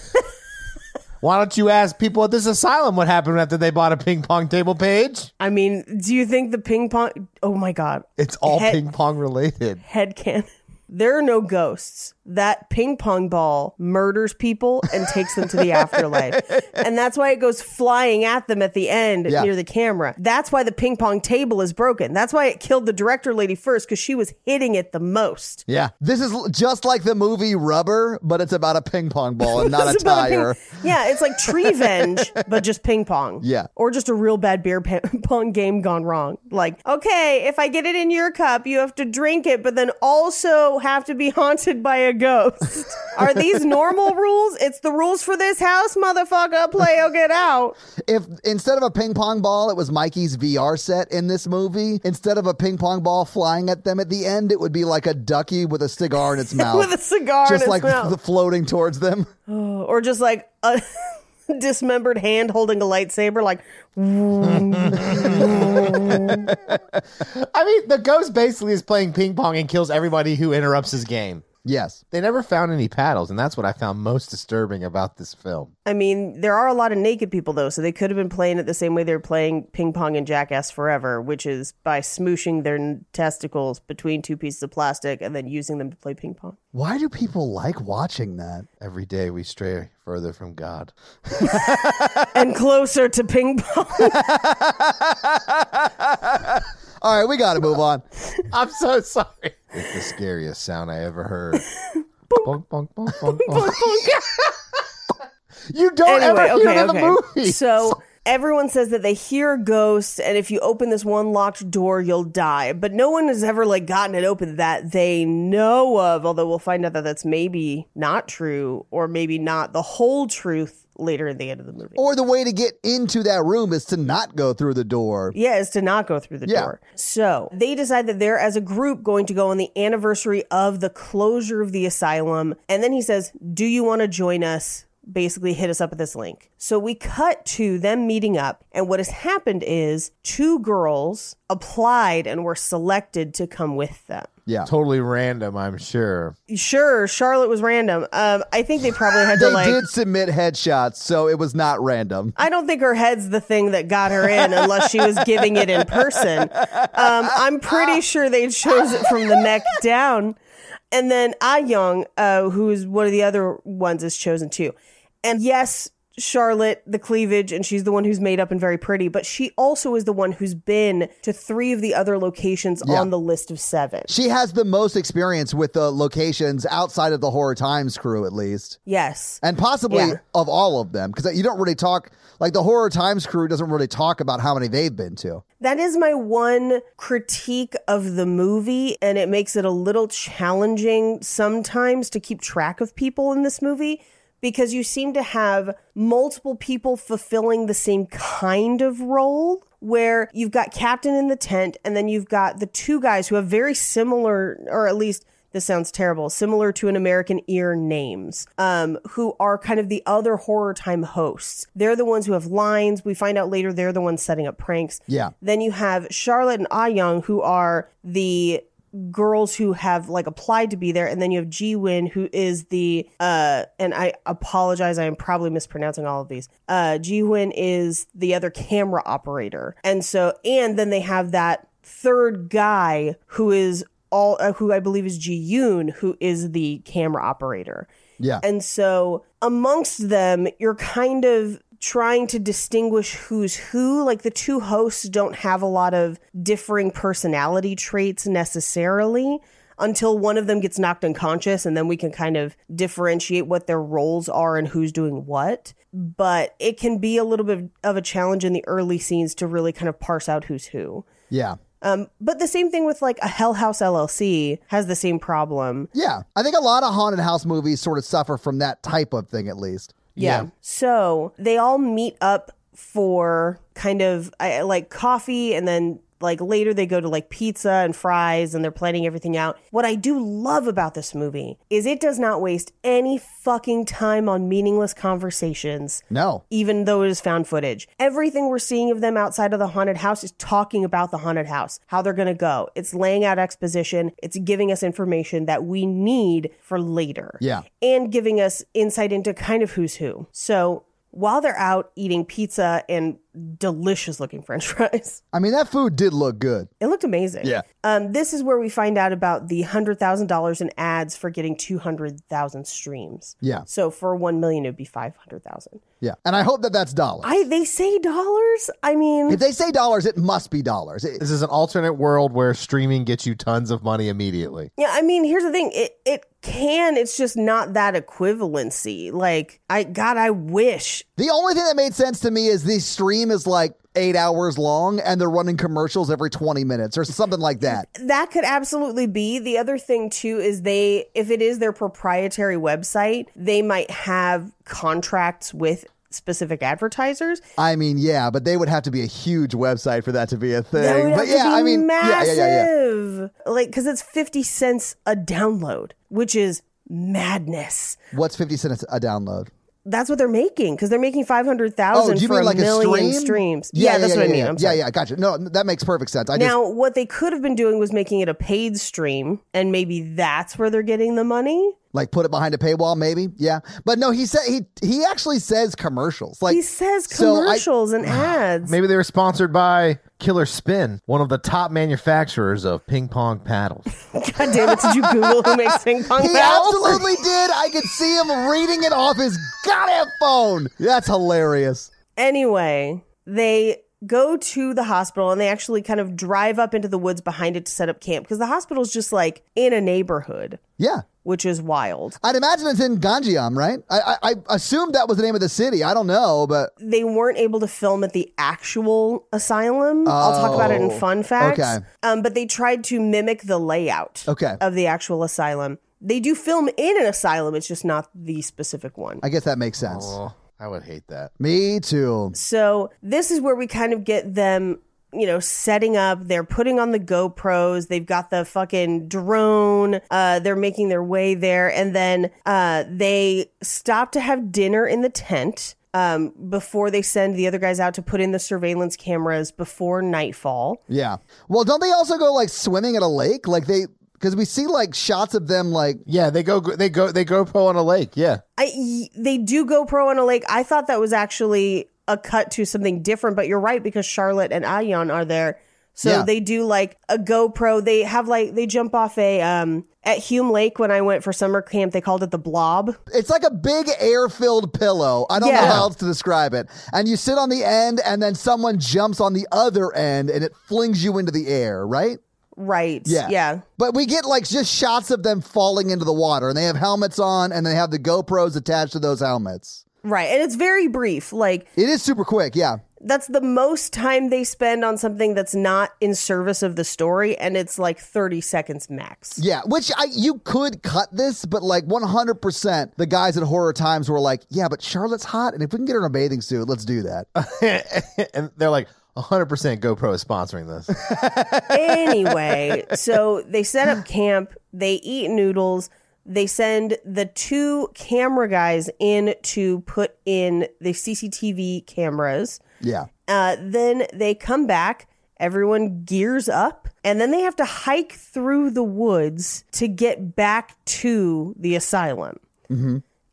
Why don't you ask people at this asylum what happened after they bought a ping pong table page? I mean, do you think the ping pong? Oh my God. It's all Heck. ping pong related. Head cannon. There are no ghosts. That ping pong ball murders people and takes them to the afterlife. And that's why it goes flying at them at the end Yeah. near the camera. That's why the ping pong table is broken. That's why it killed the director lady first because she was hitting it the most. Yeah. This is l- just like the movie Rubber, but it's about a ping pong ball and not a It's about ping- tire. yeah, it's like Treevenge, but just ping pong. Yeah. Or just a real bad beer pa- pong game gone wrong. Like, okay, if I get it in your cup, you have to drink it, but then also have to be haunted by a ghost. Are these normal rules? It's the rules for this house, motherfucker. Play or get out. If instead of a ping pong ball, it was Mikey's VR set in this movie, instead of a ping pong ball flying at them at the end, it would be like a ducky with a cigar in its mouth. With a cigar in Oh. Just its like mouth. the floating towards them. or just like a dismembered hand holding a lightsaber, like, I mean, the ghost basically is playing ping pong and kills everybody who interrupts his game. Yes. They never found any paddles, and that's what I found most disturbing about this film. I mean, there are a lot of naked people though, so they could have been playing it the same way they're playing ping pong and jackass forever, which is by smooshing their n- testicles between two pieces of plastic and then using them to play ping pong. Why do people like watching that? Every day we stray further from God. And closer to ping pong. All right, we got to move on. I'm so sorry. It's the scariest sound I ever heard. bonk, bonk, bonk, bonk, bonk. You don't anyway, ever hear okay, it in okay. the movie. So everyone says that they hear ghosts, and if you open this one locked door, you'll die. But no one has ever like gotten it open that they know of. Although we'll find out that that's maybe not true, or maybe not the whole truth later in the end of the movie. Or the way to get into that room is to not go through the door. Yeah, is to not go through the Yeah. door. So they decide that they're, as a group, going to go on the anniversary of the closure of the asylum. And then he says, Do you want to join us? Basically, hit us up at this link. So we cut to them meeting up. And what has happened is two girls applied and were selected to come with them. Yeah. totally random, I'm sure. Sure, Charlotte was random. Um, I think they probably had to They like. did submit headshots, so it was not random. I don't think her head's the thing that got her in unless she was giving it in person. Um, I'm pretty sure they chose it from the neck down. And then Ah Young, uh, who is one of the other ones, is chosen too. And yes, Charlotte, the cleavage, and she's the one who's made up and very pretty, but she also is the one who's been to three of the other locations on the list of seven. She has the most experience with the locations outside of the Horror Times crew, at least. Yes. and possibly Yeah. of all of them because you don't really talk like the horror times crew doesn't really talk about how many they've been to That is my one critique of the movie, and it makes it a little challenging sometimes to keep track of people in this movie because you seem to have multiple people fulfilling the same kind of role. Where you've got Captain in the tent, and then you've got the two guys who have very similar, or at least this sounds terrible, similar to an American Ear names, um, who are kind of the other horror time hosts. They're the ones who have lines. We find out later they're the ones setting up pranks. Yeah. Then you have Charlotte and Ah Young, who are the girls who have like applied to be there, and then you have Ji Win, who is the uh, and I apologize, I am probably mispronouncing all of these. Uh, Ji Win is the other camera operator, and so and then they have that third guy who is all uh, who I believe is Ji Yoon, who is the camera operator. yeah And so amongst them, you're kind of trying to distinguish who's who. Like the two hosts don't have a lot of differing personality traits necessarily until one of them gets knocked unconscious and then we can kind of differentiate what their roles are and who's doing what. But it can be a little bit of a challenge in the early scenes to really kind of parse out who's who. Yeah. Um, but the same thing with like a Hell House LLC has the same problem. Yeah. I think a lot of haunted house movies sort of suffer from that type of thing, at least. Yeah. So they all meet up for kind of I, like coffee and then like later they go to like pizza and fries and they're planning everything out. What I do love about this movie is it does not waste any fucking time on meaningless conversations. No. Even though it is found footage, everything we're seeing of them outside of the haunted house is talking about the haunted house, how they're going to go. It's laying out exposition, it's giving us information that we need for later Yeah. and giving us insight into kind of who's who. So while they're out eating pizza and delicious looking french fries, I mean, that food did look good. it looked amazing. Yeah. Um, this is where we find out about the $100,000 in ads for getting 200,000 streams. Yeah. So for 1 million, it'd be 500,000. Yeah. And I hope that that's dollars. I, they say dollars. I mean, if they say dollars, it must be dollars. It- This is an alternate world where streaming gets you tons of money immediately. yeah, I mean, here's the thing. It, it can, it's just not that equivalency. Like I, God, I wish the only thing that made sense to me is the stream is like eight hours long and they're running commercials every 20 minutes or something like that. that could absolutely be. The other thing too is they if it is their proprietary website, they might have contracts with specific advertisers. I mean, yeah, but they would have to be a huge website for that to be a thing. That would have but to yeah, be I mean, yeah, yeah, massive. yeah, yeah. Like cuz it's 50 cents a download, which is madness. What's 50 cents a download? Oh, That's what they're making cuz they're making 500,000 for a million streams. Yeah, that's what I mean. Yeah, I'm yeah, sorry. yeah, gotcha. No, that makes perfect sense. I just, Now, what they could have been doing was making it a paid stream, and maybe that's where they're getting the money. like put it behind a paywall maybe yeah but no he said he he actually says commercials like He says So I- commercials and ads. Maybe they were sponsored by Killer Spin, one of the top manufacturers of ping pong paddles. God damn it, did you Google who makes ping pong he paddles? absolutely did i could see him reading it off his goddamn phone that's hilarious Anyway, they go to the hospital and they actually kind of drive up into the woods behind it to set up camp because the hospital's just like in a neighborhood, yeah which is wild. i'd imagine it's in ganjiam right i i, I assumed that was the name of the city i don't know but They weren't able to film at the actual asylum. I'll talk about it in Oh, fun facts. okay. Um, but they tried to mimic the layout Okay. of the actual asylum. They do film in an asylum, it's just not the specific one. i guess that makes sense Oh, I would hate that. me too So this is where we kind of get them, you know, setting up. They're putting on the GoPros. They've got the fucking drone. Uh, they're making their way there, and then uh, they stop to have dinner in the tent. Um, before they send the other guys out to put in the surveillance cameras before nightfall. yeah well don't they also go like swimming at a lake like they because we see like shots of them like Yeah, they go they go they go pro on a lake. Yeah. I y- they do go pro on a lake. I thought that was actually a cut to something different, but you're right because Charlotte and Ayan are there. So Yeah. they do like a GoPro. They have like they jump off a um at Hume Lake when I went for summer camp, they called it the blob. It's like a big air filled pillow. I don't know Yeah. how else to describe it. And you sit on the end, and then someone jumps on the other end and it flings you into the air, right? Right. Yeah. Yeah. But we get like just shots of them falling into the water, and they have helmets on and they have the GoPros attached to those helmets. Right. And it's very brief. Like It is super quick, yeah. that's the most time they spend on something that's not in service of the story and it's like 30 seconds max. Yeah, which I you could cut this, but like 100% the guys at Horror Times were like, "Yeah, but Charlotte's hot and if we can get her in a bathing suit, let's do that." Uh, and they're like 100% GoPro is sponsoring this. anyway, so they set up camp, they eat noodles, they send the two camera guys in to put in the CCTV cameras. yeah. Uh, then they come back, everyone gears up, and then they have to hike through the woods to get back to the asylum.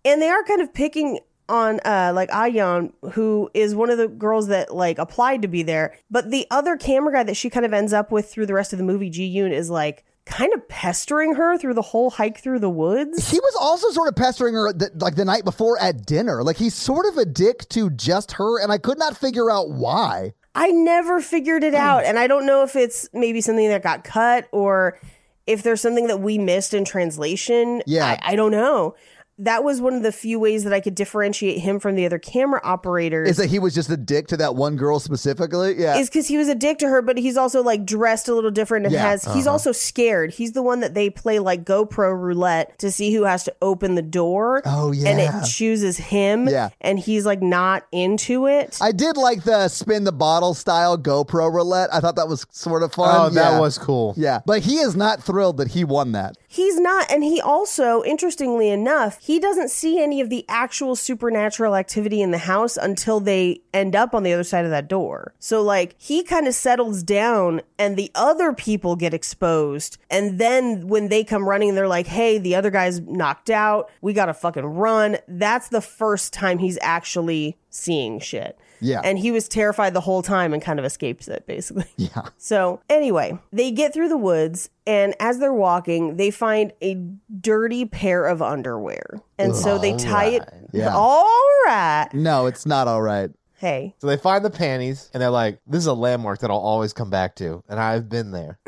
And they are kind of picking on uh like Ayan, who is one of the girls that like applied to be there. But the other camera guy that she kind of ends up with through the rest of the movie, Ji Yoon, is like, kind of pestering her through the whole hike through the woods. He was also sort of pestering her th- like the night before at dinner. Like he's sort of a dick to just her, and I could not figure out why. I never figured it out. Mm. And I don't know if it's maybe something that got cut or if there's something that we missed in translation. Yeah. I, I don't know. That was one of the few ways that I could differentiate him from the other camera operators. Is that he was just a dick to that one girl specifically? Yeah. is because he was a dick to her, but he's also like dressed a little different and Yeah, Uh-huh. has he's also scared. He's the one that they play like GoPro roulette to see who has to open the door. Oh, And yeah. it chooses him. Yeah. And he's like not into it. I did like the spin the bottle style GoPro roulette. I thought that was sort of fun. Oh, that Yeah. was cool. Yeah, but he is not thrilled that he won that. He's not, and he also, interestingly enough, he doesn't see any of the actual supernatural activity in the house until they end up on the other side of that door. So, like, he kind of settles down, and the other people get exposed. And then when they come running, they're like, hey, the other guy's knocked out. We got to fucking run. That's the first time he's actually seeing shit. Yeah. And he was terrified the whole time and kind of escapes it, basically. Yeah. So, anyway, they get through the woods, and as they're walking, they find a dirty pair of underwear. And so they tie it. Yeah. All right. No, it's not all right. Hey, So they find the panties and they're like, this is a landmark that I'll always come back to. And I've been there.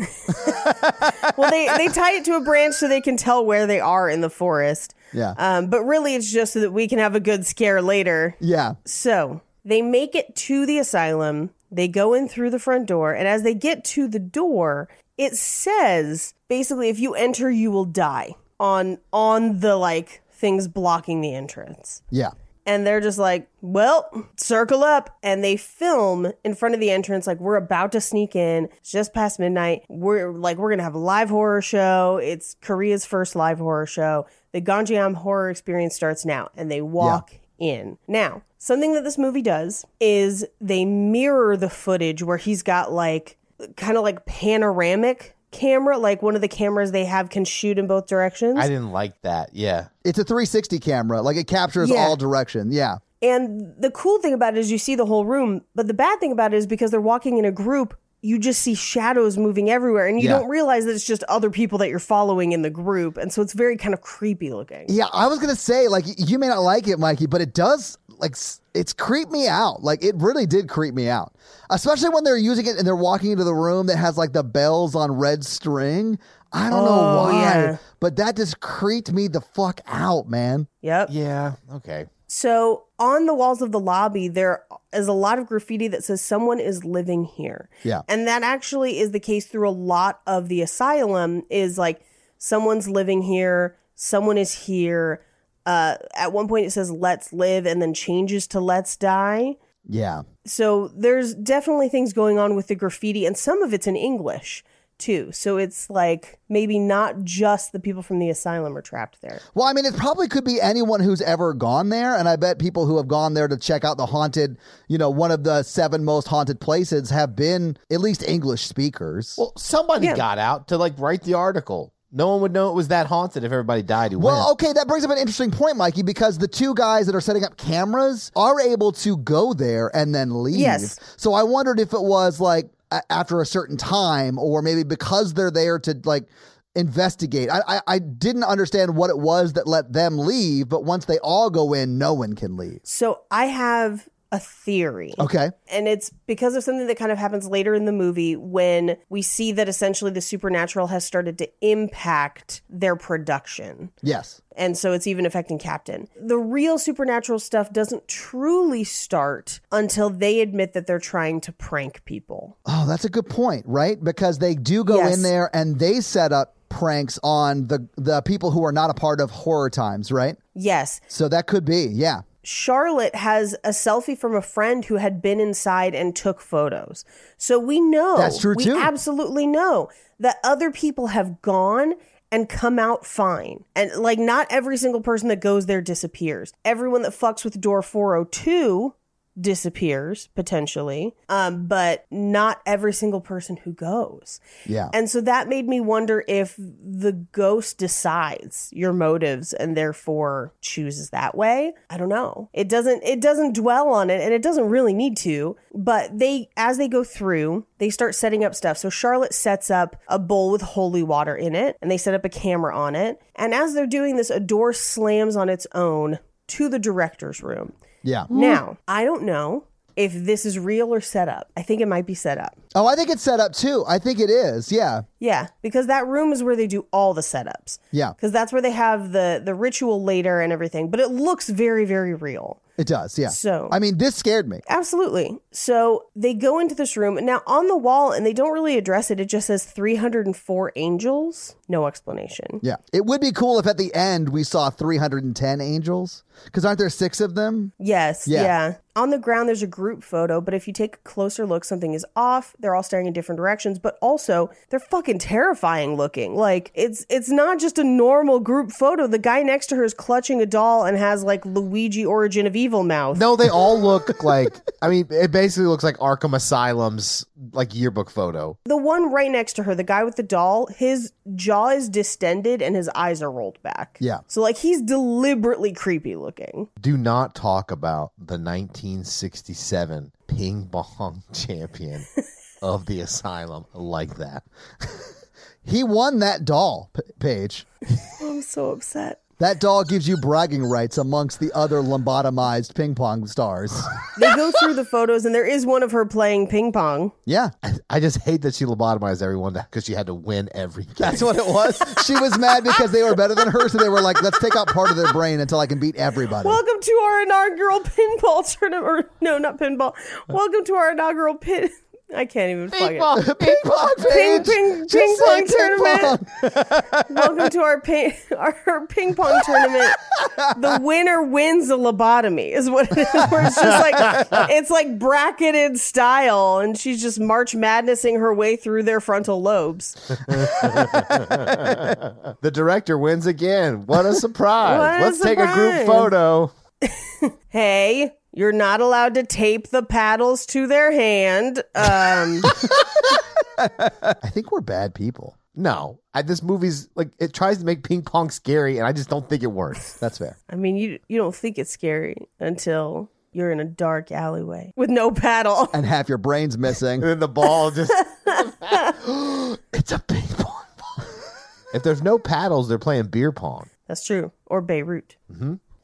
well, they, they tie it to a branch so they can tell where they are in the forest. Yeah. Um, but really, it's just so that we can have a good scare later. Yeah. So they make it to the asylum. They go in through the front door. And as they get to the door, it says basically, if you enter, you will die on on the like things blocking the entrance. Yeah. And they're just like, well, circle up. And they film in front of the entrance, like, we're about to sneak in. It's just past midnight. We're like, we're going to have a live horror show. It's Korea's first live horror show. The Ganjiam horror experience starts now. And they walk in. Now, something that this movie does is they mirror the footage where he's got like, kind of like panoramic camera, like one of the cameras they have can shoot in both directions. I didn't like that. Yeah. It's a 360 camera. Like it captures Yeah. all direction. Yeah. And the cool thing about it is you see the whole room, but the bad thing about it is because they're walking in a group, you just see shadows moving everywhere and you Yeah. don't realize that it's just other people that you're following in the group. And so it's very kind of creepy looking. Yeah, I was gonna say like y- you may not like it, Mikey, but it does like s- it's creeped me out. Like it really did creep me out, especially when they're using it and they're walking into the room that has like the bells on red string. I don't know Oh, why, yeah. but that just creeped me the fuck out, man. Yep. Yeah. Okay. So on the walls of the lobby, there is a lot of graffiti that says someone is living here. Yeah. And that actually is the case through a lot of the asylum is like someone's living here, someone is here. Uh, at one point it says let's live and then changes to let's die. Yeah, So there's definitely things going on with the graffiti, and some of it's in English too. So it's like maybe not just the people from the asylum are trapped there. Well, I mean, it probably could be anyone who's ever gone there, and I bet people who have gone there to check out the haunted, you know, one of the seven most haunted places have been at least English speakers. Well, somebody Yeah. got out to like write the article. No one would know it was that haunted if everybody died who Well, went. okay, that brings up an interesting point, Mikey, because the two guys that are setting up cameras are able to go there and then leave. Yes. So I wondered if it was like a- after a certain time, or maybe because they're there to like investigate. I, I I didn't understand what it was that let them leave, but once they all go in, no one can leave. So I have a theory. Okay. And it's because of something that kind of happens later in the movie when we see that essentially the supernatural has started to impact their production. Yes. And so it's even affecting Captain. The real supernatural stuff doesn't truly start until they admit that they're trying to prank people. Oh, that's a good point, right? Because they do go Yes. in there and they set up pranks on the the people who are not a part of horror times, right? Yes, So that could be, yeah. Charlotte has a selfie from a friend who had been inside and took photos. So we know That's true, we too. absolutely know that other people have gone and come out fine. And like not every single person that goes there disappears. Everyone that fucks with door 402 disappears potentially, um, but not every single person who goes. Yeah. And so that made me wonder if the ghost decides your motives and therefore chooses that way. I don't know. It doesn't it doesn't dwell on it and it doesn't really need to, but they as they go through, they start setting up stuff. So Charlotte sets up a bowl with holy water in it and they set up a camera on it. And as they're doing this, a door slams on its own to the director's room. yeah. Now, I don't know if this is real or set up. I think it might be set up. Oh, I think it's set up too. I think it is. Yeah. Yeah, because that room is where they do all the setups. Yeah. Because that's where they have the the ritual later and everything. But it looks very, very real. It does. Yeah. So- I mean, this scared me. Absolutely. So they go into this room. Now on the wall, and they don't really address it, it just says 304 angels. No explanation. Yeah. It would be cool if at the end we saw 310 angels because aren't there six of them? Yes. Yeah. Yeah. On the ground, there's a group photo, but if you take a closer look, something is off. They're all staring in different directions, but also they're fucking terrifying looking. Like it's it's not just a normal group photo. The guy next to her is clutching a doll and has like Luigi Origin of Evil mouth. No, they all look like. I mean, it basically looks like Arkham Asylum's like yearbook photo. The one right next to her, the guy with the doll, his jaw is distended and his eyes are rolled back. Yeah. So like he's deliberately creepy looking. Do not talk about the 1967 ping pong champion of the asylum like that. He won that doll, P- Paige. I'm so upset. That doll gives you bragging rights amongst the other lobotomized ping pong stars. They go through the photos and there is one of her playing ping pong. Yeah. I just hate that she lobotomized everyone because she had to win every game. That's what it was. She was mad because they were better than her, so they were like, let's take out part of their brain until I can beat everybody. Welcome to our inaugural pinball tournament. Or no, not pinball. Welcome to our inaugural pin. I can't even fuck it. ping pong, Paige! ping- Just ping say pong tournament. Welcome to our ping our ping pong tournament. The winner wins a lobotomy. Is what it is. Where it's just like it's like bracketed style, and she's just March Madnessing her way through their frontal lobes. The director wins again. What a surprise. What a Let's take a surprise. group photo. hey, you're not allowed to tape the paddles to their hand. Um, I think we're bad people. No, I, this movie's like it tries to make ping pong scary, and I just don't think it works. That's fair. I mean, you you don't think it's scary until you're in a dark alleyway with no paddle. And half your brain's missing. And then the ball just it's a ping pong ball. if there's no paddles, they're playing beer pong. That's true. Or Beirut.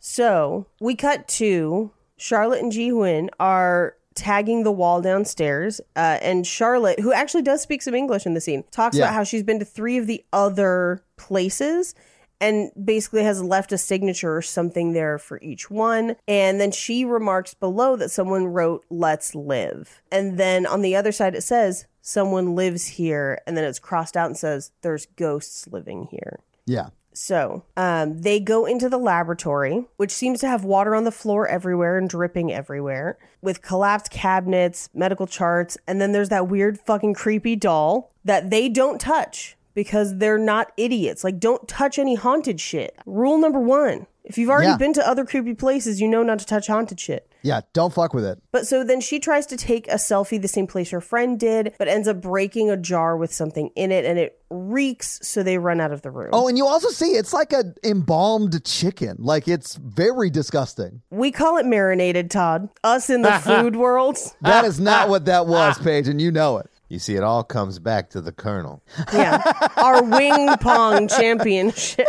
So we cut to Charlotte and Ji Hoon are tagging the wall downstairs, uh, and Charlotte, who actually does speak some English in the scene, talks Yeah. about how she's been to three of the other places. And basically has left a signature or something there for each one. And then she remarks below that someone wrote, Let's live. And then on the other side, it says, Someone lives here. And then it's crossed out and says, There's ghosts living here. Yeah. So um, they go into the laboratory, which seems to have water on the floor everywhere and dripping everywhere, with collapsed cabinets, medical charts, and then there's that weird fucking creepy doll that they don't touch because they're not idiots. Like, don't touch any haunted shit. Rule number one if you've already Yeah. been to other creepy places, you know not to touch haunted shit. Yeah. Don't fuck with it. But so then she tries to take a selfie the same place her friend did, but ends up breaking a jar with something in it and it reeks, so they run out of the room. Oh, and you also see it's like an embalmed chicken. Like it's very disgusting. We call it marinated, Todd. Us in the food world. That is not what that was, Paige, and you know it. You see, it all comes back to the colonel. Yeah. Our wing pong championship.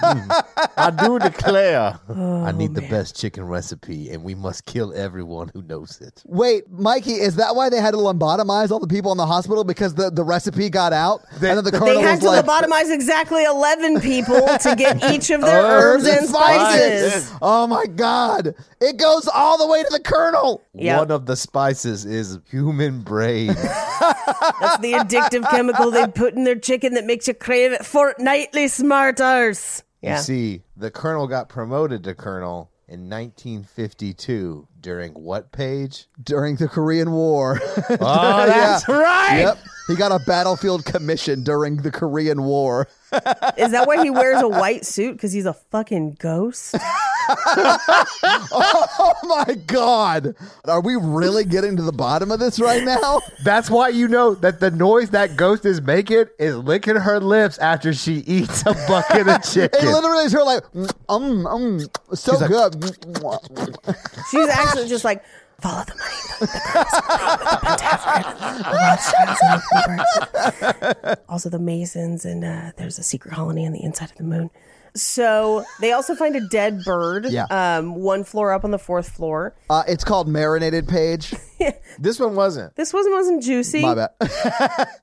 I do declare, Oh, I need the best chicken recipe, and we must kill everyone who knows it. Wait, Mikey, is that why they had to lobotomize all the people in the hospital because the, the recipe got out? and then the colonel They was had to like, lobotomize exactly 11 people to get each of Oh, their herbs and spices. spices. Oh my God. It goes all the way to the colonel. Yeah. One of the spices is human brain. That's the addictive chemical they put in their chicken that makes you crave it fortnightly, smarters. You Yeah. see, the colonel got promoted to colonel in 1952 during what page? During the Korean War. Oh, that's right. yep. He got a battlefield commission during the Korean War. Is that why he wears a white suit? Because he's a fucking ghost? oh my god. Are we really getting to the bottom of this right now? That's why you know that the noise that ghost is making is licking her lips after she eats a bucket of It chicken. literally is her like, um, um, so good. She's actually just like, follow the money. The, the birds, also, the Masons, and uh, there's a secret colony on the inside of the moon. So they also find a dead bird, Yeah. um, one floor up on the fourth floor. Uh, it's called Marinated Page. this one wasn't. This wasn't wasn't juicy. My bad.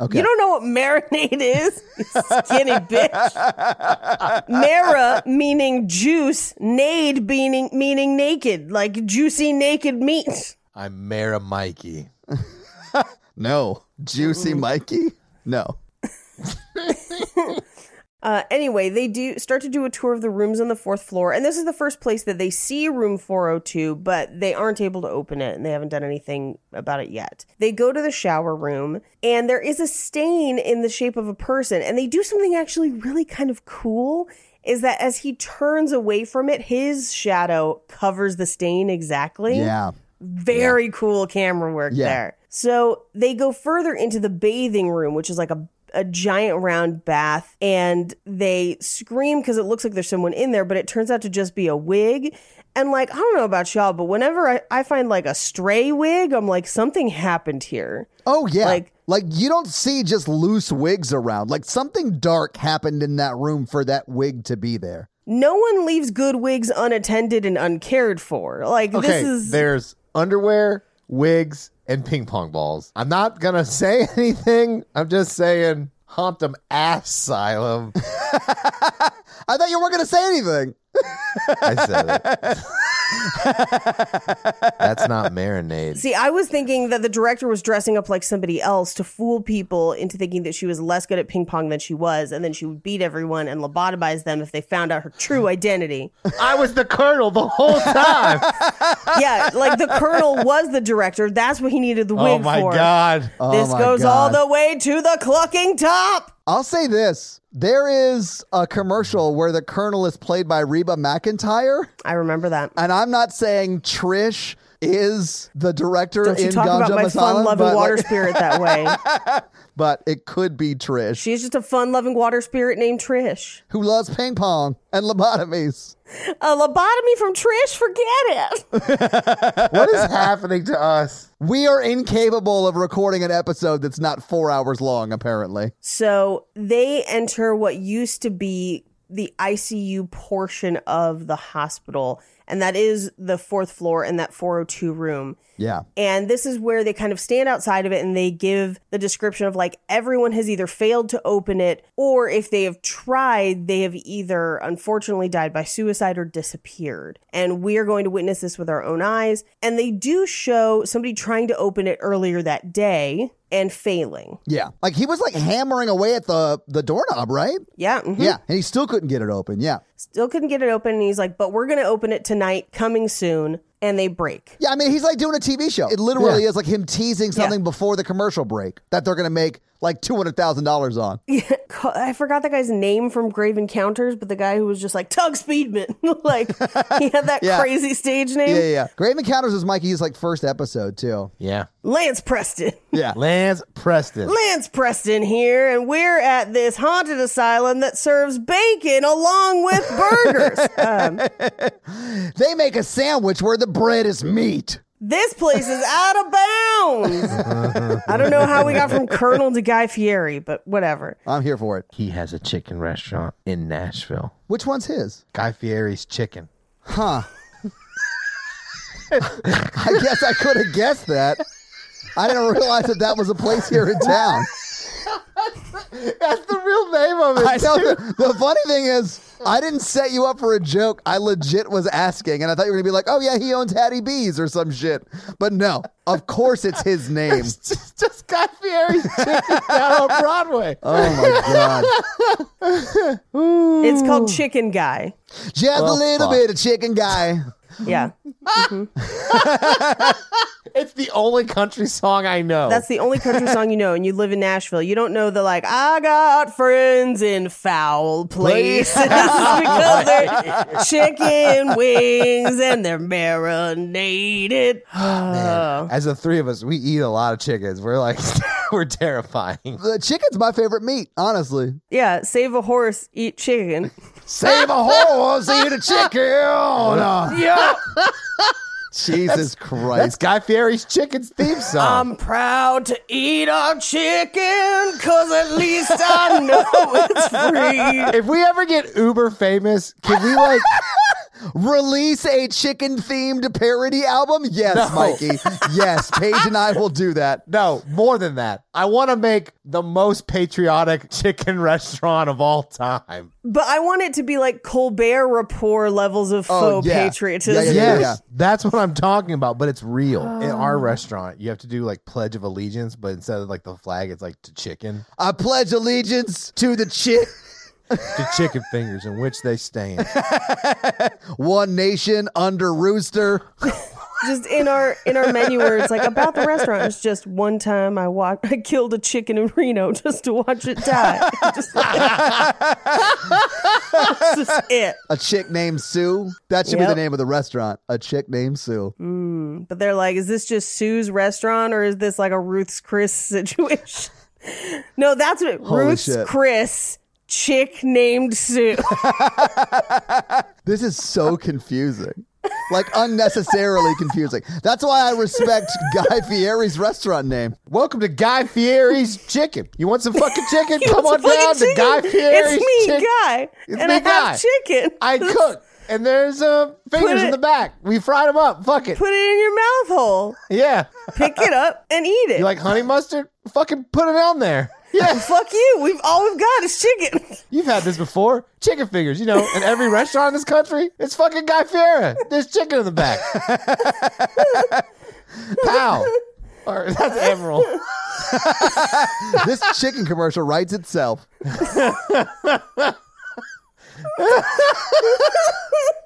You don't know what marinade is, you skinny bitch. Mara meaning juice, nade meaning meaning naked, like juicy naked meat. I'm Mara Mikey. No. Juicy Mikey? No. Uh, anyway, they do start to do a tour of the rooms on the fourth floor, and this is the first place that they see room 402, but they aren't able to open it, and they haven't done anything about it yet. They go to the shower room, and there is a stain in the shape of a person, and they do something actually really kind of cool. Is that as he turns away from it, his shadow covers the stain exactly? Yeah. Very cool camera work Yeah. there. So they go further into the bathing room, which is like a a giant round bath, and they scream because it looks like there's someone in there, but it turns out to just be a wig. And like, I don't know about y'all, but whenever I, I find like a stray wig, I'm like, something happened here. Oh yeah. Like Like- like you don't see just loose wigs around. Like something dark happened in that room for that wig to be there. No one leaves good wigs unattended and uncared for. Like Okay, this is there's underwear, wigs, and ping pong balls. I'm not gonna say anything. I'm just saying, humped 'em ass asylum. I thought you weren't gonna say anything. I said it. That's not marinade. See, I was thinking that the director was dressing up like somebody else to fool people into thinking that she was less good at ping pong than she was, and then she would beat everyone and lobotomize them if they found out her true identity. I was the colonel the whole time. yeah, like the colonel was the director. That's what he needed the wig oh my for. god. Oh This my goes all God. the way to the clucking top. I'll say this. There is a commercial where the colonel is played by Reba McIntyre, I remember that. and I'm not saying Trish is the director Don't in you talk Ganja about my Asylum, fun but, loving water like- spirit that way. but it could be Trish She's just a fun loving water spirit named Trish. who loves ping pong and lobotomies. A lobotomy from Trish? Forget it. What is happening to us? We are incapable of recording an episode that's not four hours long, apparently. So they enter what used to be the ICU portion of the hospital, and that is the fourth floor in that 402 room. Yeah. And this is where they kind of stand outside of it and they give the description of like everyone has either failed to open it or if they have tried, they have either unfortunately died by suicide or disappeared. And we are going to witness this with our own eyes. And they do show somebody trying to open it earlier that day and failing. Yeah. Like he was like hammering away at the the doorknob, right? Yeah. mhm. Yeah. And he still couldn't get it open. Yeah. still couldn't get it open and he's like but we're gonna open it tonight coming soon and they break Yeah, I mean, he's like doing a TV show. It literally Yeah. is like him teasing something before the commercial break that they're going to make like $200,000 on. Co- i forgot the guy's name from grave encounters but the guy who was just like tug speedman like he had that Yeah. crazy stage name Yeah, yeah, yeah. Grave Encounters was Mikey's like first episode, too. Yeah. lance preston Yeah. Lance Preston. lance preston here and we're at this haunted asylum that serves bacon along with burgers um, They make a sandwich where the bread is meat. this place is out of bounds i don't know how we got from colonel to guy fieri but whatever I'm here for it. He has a chicken restaurant in Nashville. Which one's his? Guy Fieri's chicken. Huh. I guess I could have guessed that. I didn't realize that that was a place here in town. That's the real name of it. I know. The, the funny thing is, I didn't set you up for a joke. I legit was asking, and I thought you were gonna be like, "Oh yeah, he owns Hattie B's or some shit." But no, of course it's his name. It's just, just Guy Fieri's chicken down on Broadway. Oh my god, it's called chicken guy just a little fuck. bit of chicken guy. Yeah. It's the only country song I know. That's the only country song you know, and you live in Nashville. You don't know the like, I got friends in foul places because they're chicken wings and they're marinated. As the three of us, we eat a lot of chickens. We're like, we're terrifying. The chicken's my favorite meat, honestly. Yeah, save a horse, eat chicken. Save a horse, eat a chicken. Yeah, Jesus That's Christ. Guy Fieri's Chicken's theme song. I'm proud to eat a chicken because at least I know it's free. if we ever get uber famous, can we like? Release a chicken themed parody album? Yes, Mikey. Yes, Paige and I will do that. No, more than that. I want to make the most patriotic chicken restaurant of all time. But I want it to be like Colbert Report levels of faux Oh, yeah. patriotism. Yeah, yeah, Yes, yeah. that's what I'm talking about, but it's real. In Oh. our restaurant, you have to do like Pledge of Allegiance, but instead of like the flag, it's like to chicken, I pledge allegiance to the chick. to chicken fingers in which they stand. One nation under rooster. just in our in our menu where it's like about the restaurant. It's just one time I watched I killed a chicken in Reno just to watch it die. Just This is it. A chick named Sue. That should be Yep. the name of the restaurant. A chick named Sue. But they're like, is this just Sue's restaurant or is this like a Ruth's Chris situation? No, that's what Holy Ruth's shit. Chris chick named Sue. This is so confusing. Like unnecessarily confusing. That's why I respect Guy Fieri's restaurant name. Welcome to Guy Fieri's Chicken. You want some fucking chicken? Come on It's a fucking down to chicken. Guy Fieri's It's me, Chicken. guy, It's and me, I have Guy. chicken. I cook, and there's uh, fingers in it- the back. We fried them up. Fuck it. Put it in your mouth hole. yeah. Pick it up and eat it. You like honey mustard? Fucking put it on there. Yeah. Fuck you. We've all we've got is chicken. You've had this before. Chicken fingers, you know, in every restaurant in this country, it's fucking Guy Fieri. There's chicken in the back. Pow. Or that's Emerald. This chicken commercial writes itself.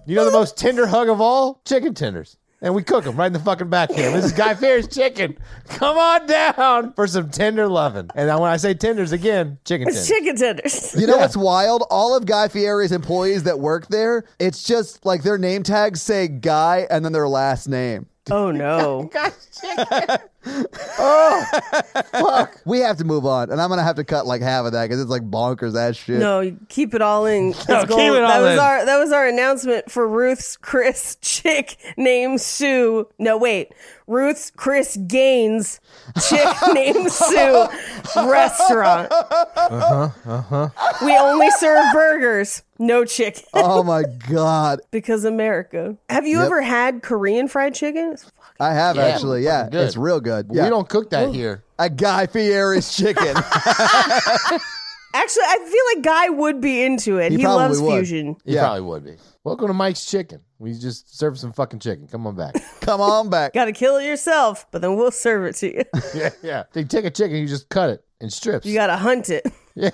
You know the most tender hug of all? Chicken tenders. And we cook them right in the fucking backhand. This is Guy Fieri's chicken. Come on down for some tender loving. And when I say tenders again, chicken It's tenders. chicken tenders. You know what's wild? All of Guy Fieri's employees that work there, it's just like their name tags say Guy and then their last name. Oh no. We have to move on, and I'm gonna have to cut like half of that because it's like bonkers as shit. No, you keep it all in. It's No, keep gold. it all that was in. our that was our announcement for Ruth's Chris chick named Sue. No, wait. Ruth's Chris Gaines chick named Sue restaurant. Uh-huh. Uh-huh. We only serve burgers, no chicken. Oh my god, Because America. Have you ever had Korean fried chicken? I have actually. Yeah, good. it's real good. We Yeah. don't cook that here. a Guy Fieri's chicken. Actually, I feel like Guy would be into it. He He, probably loves would. fusion. You Yeah. probably would be. Welcome to Mike's Chicken. We just serve some fucking chicken. Come on back. Come on back. Got to kill it yourself, but then we'll serve it to you. yeah, yeah. They take a chicken, you just cut it in strips. You got to hunt it. Yeah.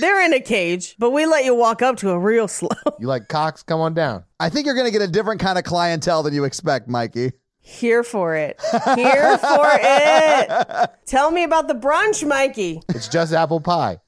They're in a cage, but we let you walk up to it real slow. You like cocks? Come on down. I think you're gonna get a different kind of clientele than you expect, Mikey. Here for it. Here for it. Tell me about the brunch, Mikey. It's just apple pie.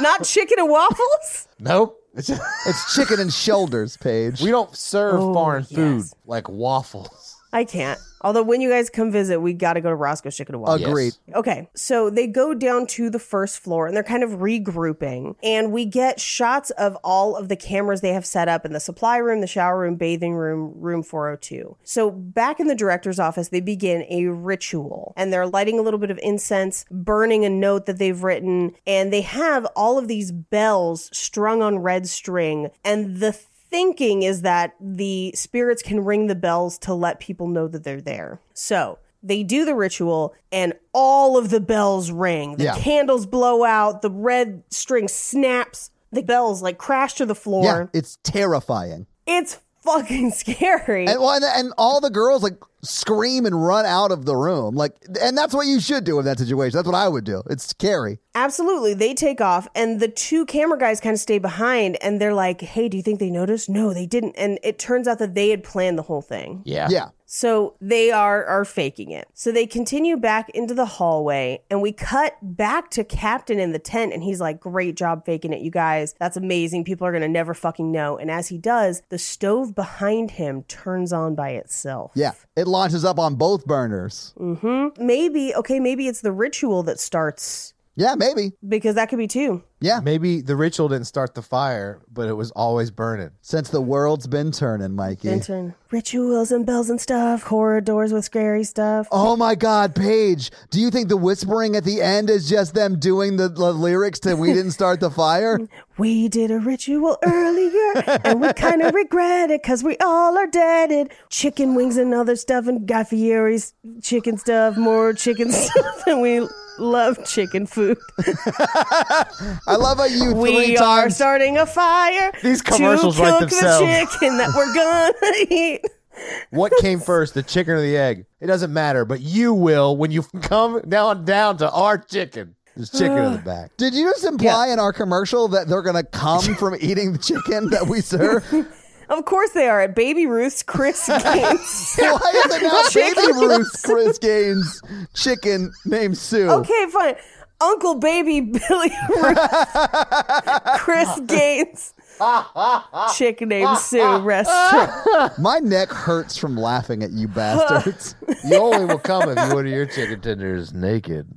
Not chicken and waffles? Nope. It's just, It's chicken and shoulders, Paige. we don't serve Oh, foreign yes. food like waffles. I can't. Although when you guys come visit, we got to go to Roscoe's Chicken and Waffles. Agreed. Okay, so they go down to the first floor and they're kind of regrouping. And we get shots of all of the cameras they have set up in the supply room, the shower room, bathing room, room 402. So back in the director's office, they begin a ritual and they're lighting a little bit of incense, burning a note that they've written, and they have all of these bells strung on red string. And the thinking is that the spirits can ring the bells to let people know that they're there. So they do the ritual and all of the bells ring. The Yeah. candles blow out, the red string snaps, the bells like crash to the Yeah, floor. it's terrifying. It's fucking scary. And well, and, and all the girls like scream and run out of the room. Like, and that's what you should do in that situation. That's what I would do. It's scary. Absolutely. They take off, and the two camera guys kind of stay behind, and they're like, hey, do you think they noticed? No, they didn't. And it turns out that they had planned the whole thing. Yeah. Yeah. So they are are faking it. So they continue back into the hallway and we cut back to Captain in the tent and he's like, "Great job faking it, you guys. That's amazing. People are going to never fucking know." And as he does, the stove behind him turns on by itself. Yeah. It launches up on both burners. Maybe, okay, maybe it's the ritual that starts Yeah, maybe. because that could be too. Maybe the ritual didn't start the fire, but it was always burning. Since the world's been turning, Mikey. Lantern. Rituals and bells and stuff, corridors with scary stuff. Oh my God, Paige, do you think the whispering at the end is just them doing the, the lyrics to We Didn't Start the Fire? We did a ritual earlier and we kind of regret it because we all are deaded. Chicken wings and other stuff and Guy Fieri's chicken stuff, more chicken stuff, and we love chicken food. I love how you three We are times. starting a fire. These commercials to write cook themselves. the chicken that we're gonna eat. What came first, the chicken or the egg? It doesn't matter, but you will when you come down down to our chicken. There's chicken in the back. Did you just imply in our commercial that they're going to come from eating the chicken that we serve? Of course they are at Baby Ruth's Chris Gaines. Why is it now Baby Chicken. Ruth Chris Gaines chicken named Sue? okay, fine. Uncle Baby Billy Ruth, Chris Gaines, chick named Sue restaurant. My neck hurts from laughing at you bastards. You only will come if you order your chicken tenders naked.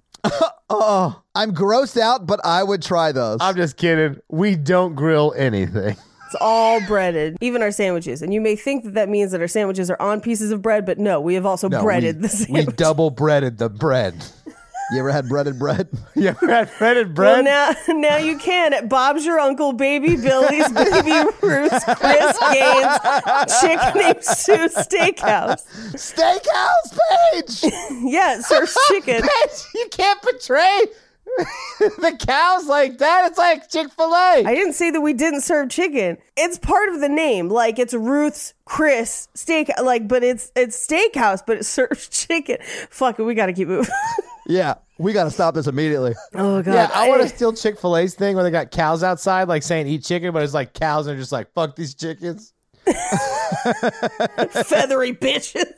I'm grossed out, but I would try those. I'm just kidding. We don't grill anything. It's all breaded, even our sandwiches. And you may think that that means that our sandwiches are on pieces of bread, but no, we have also breaded we, the we sandwich. double breaded the bread. you ever had breaded bread? You ever had breaded well, bread? now, now you can at Bob's Your Uncle, Baby Billy's, Baby Ruth's, Chris Gaines, Chicken Named Sue Steakhouse. Steakhouse, Paige! Yeah, it serves chicken. Bitch, you can't betray the cows like that. It's like Chick Fil A. I didn't say that we didn't serve chicken. It's part of the name. Like it's Ruth's Chris Steak like but it's it's steakhouse, but it serves chicken. Fuck it, we gotta keep moving. yeah, we got to stop this immediately. oh god. Yeah, I want to steal Chick Fil A's thing where they got cows outside, like saying eat chicken, but it's like cows are just like fuck these chickens. feathery bitches.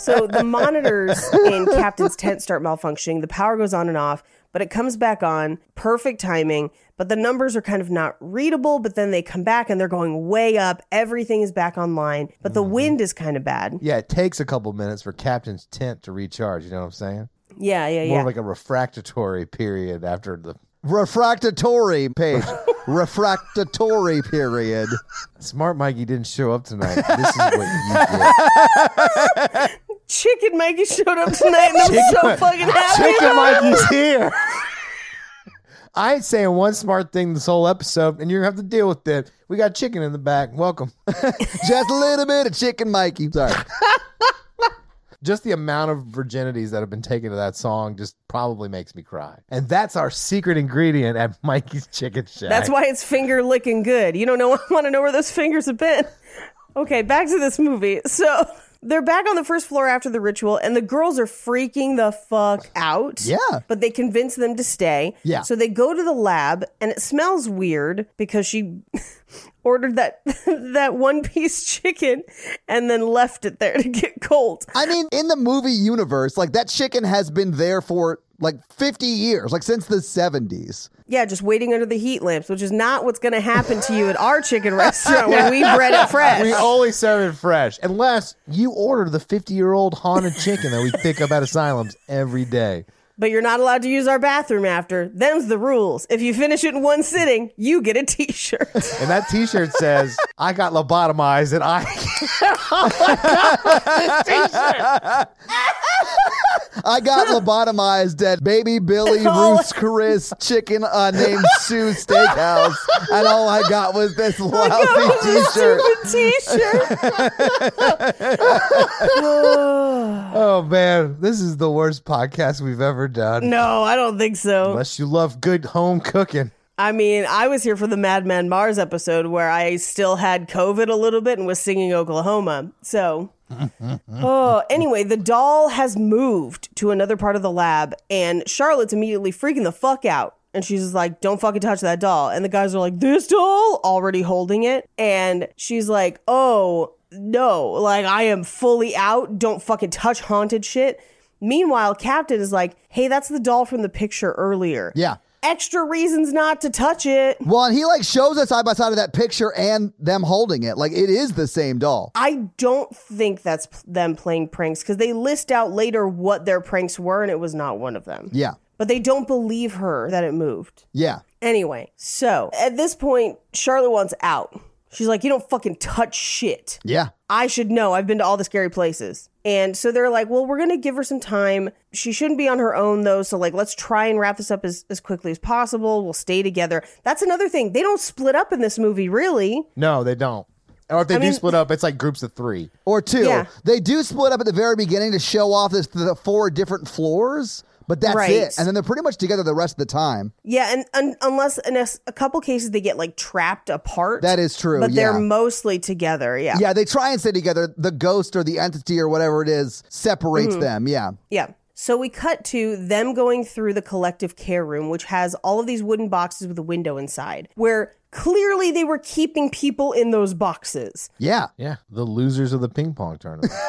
so the monitors in Captain's tent start malfunctioning. The power goes on and off, but it comes back on. Perfect timing. But the numbers are kind of not readable, but then they come back and they're going way up. Everything is back online, but Mm-hmm. the wind is kind of bad. Yeah, it takes a couple minutes for Captain's tent to recharge. You know what I'm saying? Yeah, yeah, More yeah. like a refractory period after the Refractory, Paige. Refractory period. smart Mikey didn't show up tonight. This is what you get. Chicken Mikey showed up tonight and I'm so fucking happy. Chicken Mikey's here. I ain't saying one smart thing this whole episode, and you're gonna have to deal with it. We got chicken in the back. Welcome. Just a little bit of chicken, Mikey. Sorry. just the amount of virginities that have been taken to that song just probably makes me cry. And that's our secret ingredient at Mikey's Chicken Shack. That's why it's finger licking good. You don't know want to know where those fingers have been. Okay, back to this movie. So they're back on the first floor after the ritual, and the girls are freaking the fuck out. Yeah. But they convince them to stay. Yeah. So they go to the lab, and it smells weird because she ordered that that one piece chicken and then left it there to get cold. I mean, in the movie universe, like that chicken has been there for like 50 years, like since the 70s. Yeah, just waiting under the heat lamps, which is not what's going to happen to you at our chicken restaurant when we bread it fresh. we only serve it fresh, unless you order the 50 year old haunted chicken that we pick up at asylums every day. but you're not allowed to use our bathroom after. Them's the rules. If you finish it in one sitting, you get a t-shirt. And that t shirt says, I got lobotomized and I. I got lobotomized at Baby Billy Ruth's Chris Chicken uh, named Sue Steakhouse, and all I got was this lousy t shirt. t-shirt. oh, man, this is the worst podcast we've ever done. No, I don't think so. Unless you love good home cooking. I mean, I was here for the Mad Men Mars episode where I still had COVID a little bit and was singing Oklahoma. So, oh, anyway, the doll has moved to another part of the lab, and Charlotte's immediately freaking the fuck out. And she's just like, don't fucking touch that doll. And the guys are like, this doll? Already holding it. And she's like, oh, no, like I am fully out. Don't fucking touch haunted shit. Meanwhile, Captain is like, hey, that's the doll from the picture earlier Yeah. extra reasons not to touch it. Well, and he like shows us side by side of that picture and them holding it. Like it is the same doll. I don't think that's p- them playing pranks because they list out later what their pranks were and it was not one of them. Yeah. But they don't believe her that it moved. Yeah. Anyway, so at this point, Charlotte wants out. She's like, You don't fucking touch shit. Yeah. I should know. I've been to all the scary places. And so they're like, well, we're going to give her some time. She shouldn't be on her own, though. So, like, let's try and wrap this up as, as quickly as possible. We'll stay together. That's another thing. They don't split up in this movie, really. No, they don't. Or if they do mean- split up, it's like groups of three. Or two. Yeah. They do split up at the very beginning to show off this, the four different floors, but that's Right. it. And then they're pretty much together the rest of the time. Yeah. And, and unless in a, s- a couple cases they get like trapped apart. That is true. But yeah. they're mostly together. Yeah. yeah, they try and stay together. The ghost or the entity or whatever it is separates Mm-hmm. them. Yeah. Yeah. So we cut to them going through the collective care room, which has all of these wooden boxes with a window inside, where clearly they were keeping people in those boxes. Yeah. Yeah, the losers of the ping pong tournament.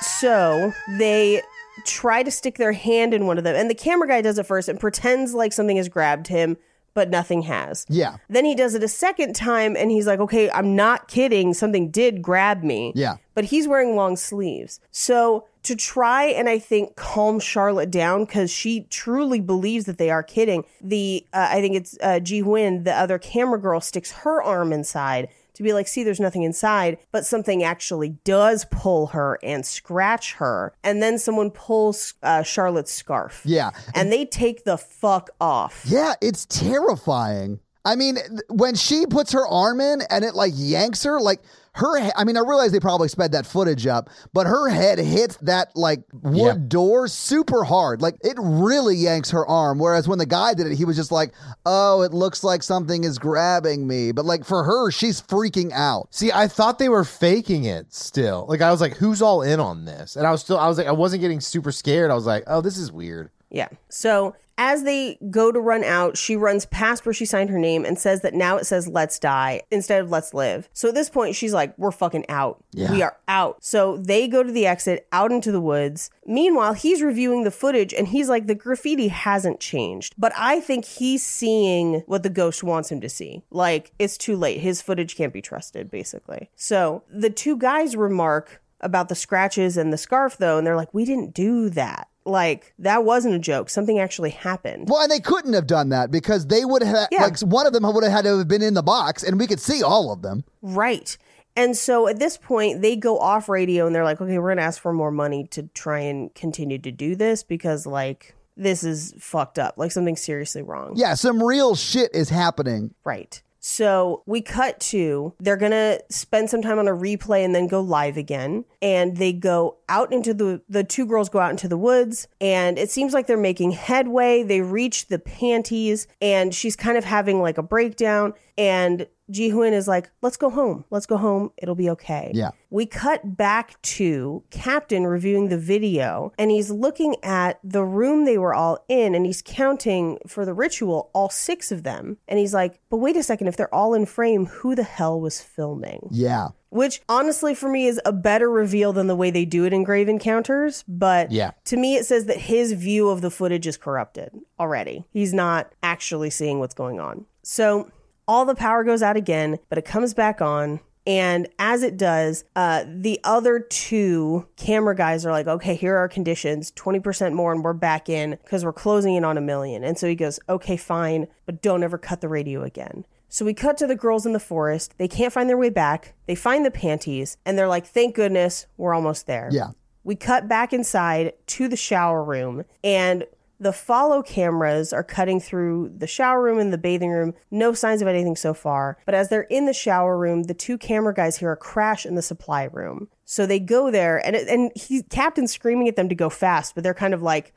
So they try to stick their hand in one of them, and the camera guy does it first and pretends like something has grabbed him, but nothing has. Yeah. Then he does it a second time, and he's like, okay, I'm not kidding. Something did grab me. Yeah. But he's wearing long sleeves. So to try and I think calm Charlotte down because she truly believes that they are kidding, the uh, I think it's uh, Ji Win, the other camera girl, sticks her arm inside to be like, see, there's nothing inside, but something actually does pull her and scratch her. And then someone pulls uh, Charlotte's scarf. Yeah. And they take the fuck off. Yeah, it's terrifying. I mean, th- when she puts her arm in and it like yanks her, like her, he- I mean, I realize they probably sped that footage up, but her head hits that like wood door super hard. Like it really yanks her arm. Whereas when the guy did it, he was just like, oh, it looks like something is grabbing me. But like for her, she's freaking out. See, I thought they were faking it still. Like I was like, who's all in on this? And I was still I was like I wasn't getting super scared. I was like, oh, this is weird. Yeah. So as they go to run out, she runs past where she signed her name and says that now it says let's die instead of let's live. So at this point, she's like, we're fucking out. We are out. So they go to the exit out into the woods. Meanwhile, he's reviewing the footage and he's like, the graffiti hasn't changed. But I think he's seeing what the ghost wants him to see. Like, it's too late. His footage can't be trusted, basically. So the two guys remark, about the scratches and the scarf though and they're like we didn't do that like that wasn't a joke something actually happened Well, and they couldn't have done that because they would have, Yeah. like, one of them would have had to have been in the box and we could see all of them. right and so at this point they go off radio and they're like okay we're gonna ask for more money to try and continue to do this because like this is fucked up like something's seriously wrong Yeah, some real shit is happening. Right. So we cut to they're going to spend some time on a replay and then go live again. And they go out into the, the two girls go out into the woods and it seems like they're making headway. They reach the panties and she's kind of having like a breakdown. And Ji Hoon is like, let's go home. Let's go home. It'll be okay. Yeah. We cut back to Captain reviewing the video, and he's looking at the room they were all in, and he's counting for the ritual all six of them. And he's like, But wait a second, if they're all in frame, who the hell was filming? Yeah. Which, honestly, for me, is a better reveal than the way they do it in Grave Encounters. But Yeah. to me, it says that his view of the footage is corrupted already. He's not actually seeing what's going on. So all the power goes out again, but it comes back on. And as it does, uh, the other two camera guys are like, okay, here are our conditions 20% more, and we're back in because we're closing in on a million. And so he goes, okay, fine, but don't ever cut the radio again. So we cut to the girls in the forest. They can't find their way back. They find the panties, and they're like, thank goodness, we're almost there. Yeah. We cut back inside to the shower room, and the follow cameras are cutting through the shower room and the bathing room. No signs of anything so far. But as they're in the shower room, the two camera guys hear a crash in the supply room. So they go there, and and he captain's screaming at them to go fast, but they're kind of like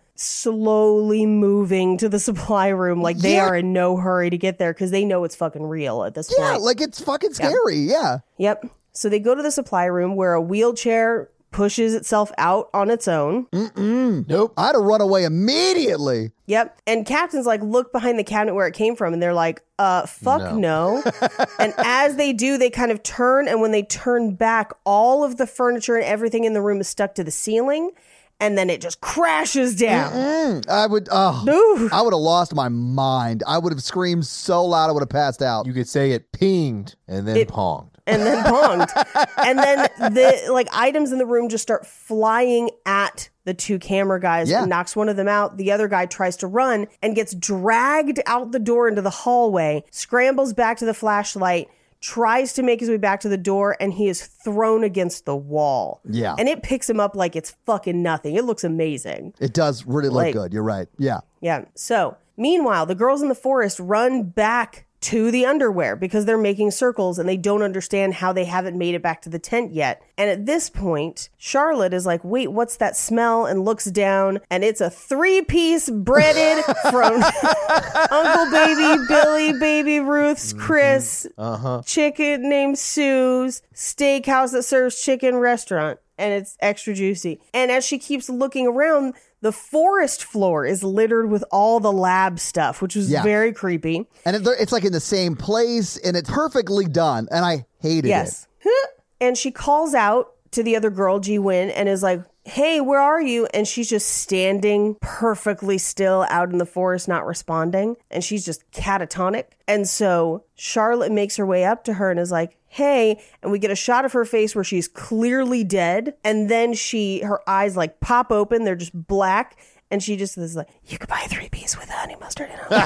slowly moving to the supply room. Like they Yeah. are in no hurry to get there because they know it's fucking real at this Yeah, point. like it's fucking scary. Yeah. Yep. So they go to the supply room where a wheelchair pushes itself out on its own. Nope. I'd have run away immediately. Yep. And Captain's like, look behind the cabinet where it came from. And they're like, uh, fuck no. and as they do, they kind of turn. And when they turn back, all of the furniture and everything in the room is stuck to the ceiling. And then it just crashes down. Mm, I would. Oh, Ooh. I would have lost my mind. I would have screamed so loud I would have passed out. You could say it pinged and then ponged. And then bombed. and then the like items in the room just start flying at the two camera guys Yeah. and knocks one of them out. The other guy tries to run and gets dragged out the door into the hallway, scrambles back to the flashlight, tries to make his way back to the door, and he is thrown against the wall. Yeah. And it picks him up like it's fucking nothing. It looks amazing. it does really look Like- good. You're right. Yeah. Yeah. So, meanwhile, the girls in the forest run back to the underwear because they're making circles and they don't understand how they haven't made it back to the tent yet. And at this point, Charlotte is like, wait, what's that smell? And looks down and it's a three piece breaded from Uncle Baby, Billy, Baby Ruth's, Chris, chicken named Sue's, steakhouse that serves chicken restaurant, and it's extra juicy. And as she keeps looking around, the forest floor is littered with all the lab stuff, which was Yeah. very creepy. And it, it's like in the same place, and it's perfectly done. And I hated Yes. and she calls out to the other girl, Ji Win, and is like, Hey, where are you? And she's just standing perfectly still out in the forest, not responding. And she's just catatonic. And so Charlotte makes her way up to her and is like, Hey. And we get a shot of her face where she's clearly dead. And then she, her eyes like pop open, they're just black. And she just is like, You could buy a three piece with honey mustard and honey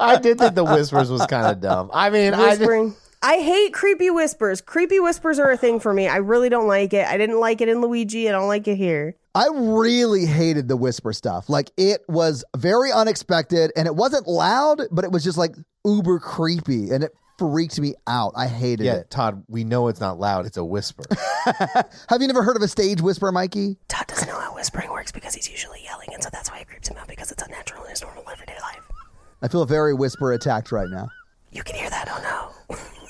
I did think the whispers was kind of dumb. I mean, I just, whispering. I hate creepy whispers. Creepy whispers are a thing for me. I really don't like it. I didn't like it in Luigi. I don't like it here. it. I really hated the whisper stuff. Like it was very unexpected, and it wasn't loud, but it was just like uber creepy, and it freaked me out. I hated yeah, it. Todd, we know it's not loud. It's a whisper. Have you never heard of a stage whisper, Mikey? Todd doesn't know how whispering works because he's usually yelling, and so that's why it creeps him out because it's unnatural in his normal everyday life. I feel very whisper attacked right now. You can hear that. Oh no.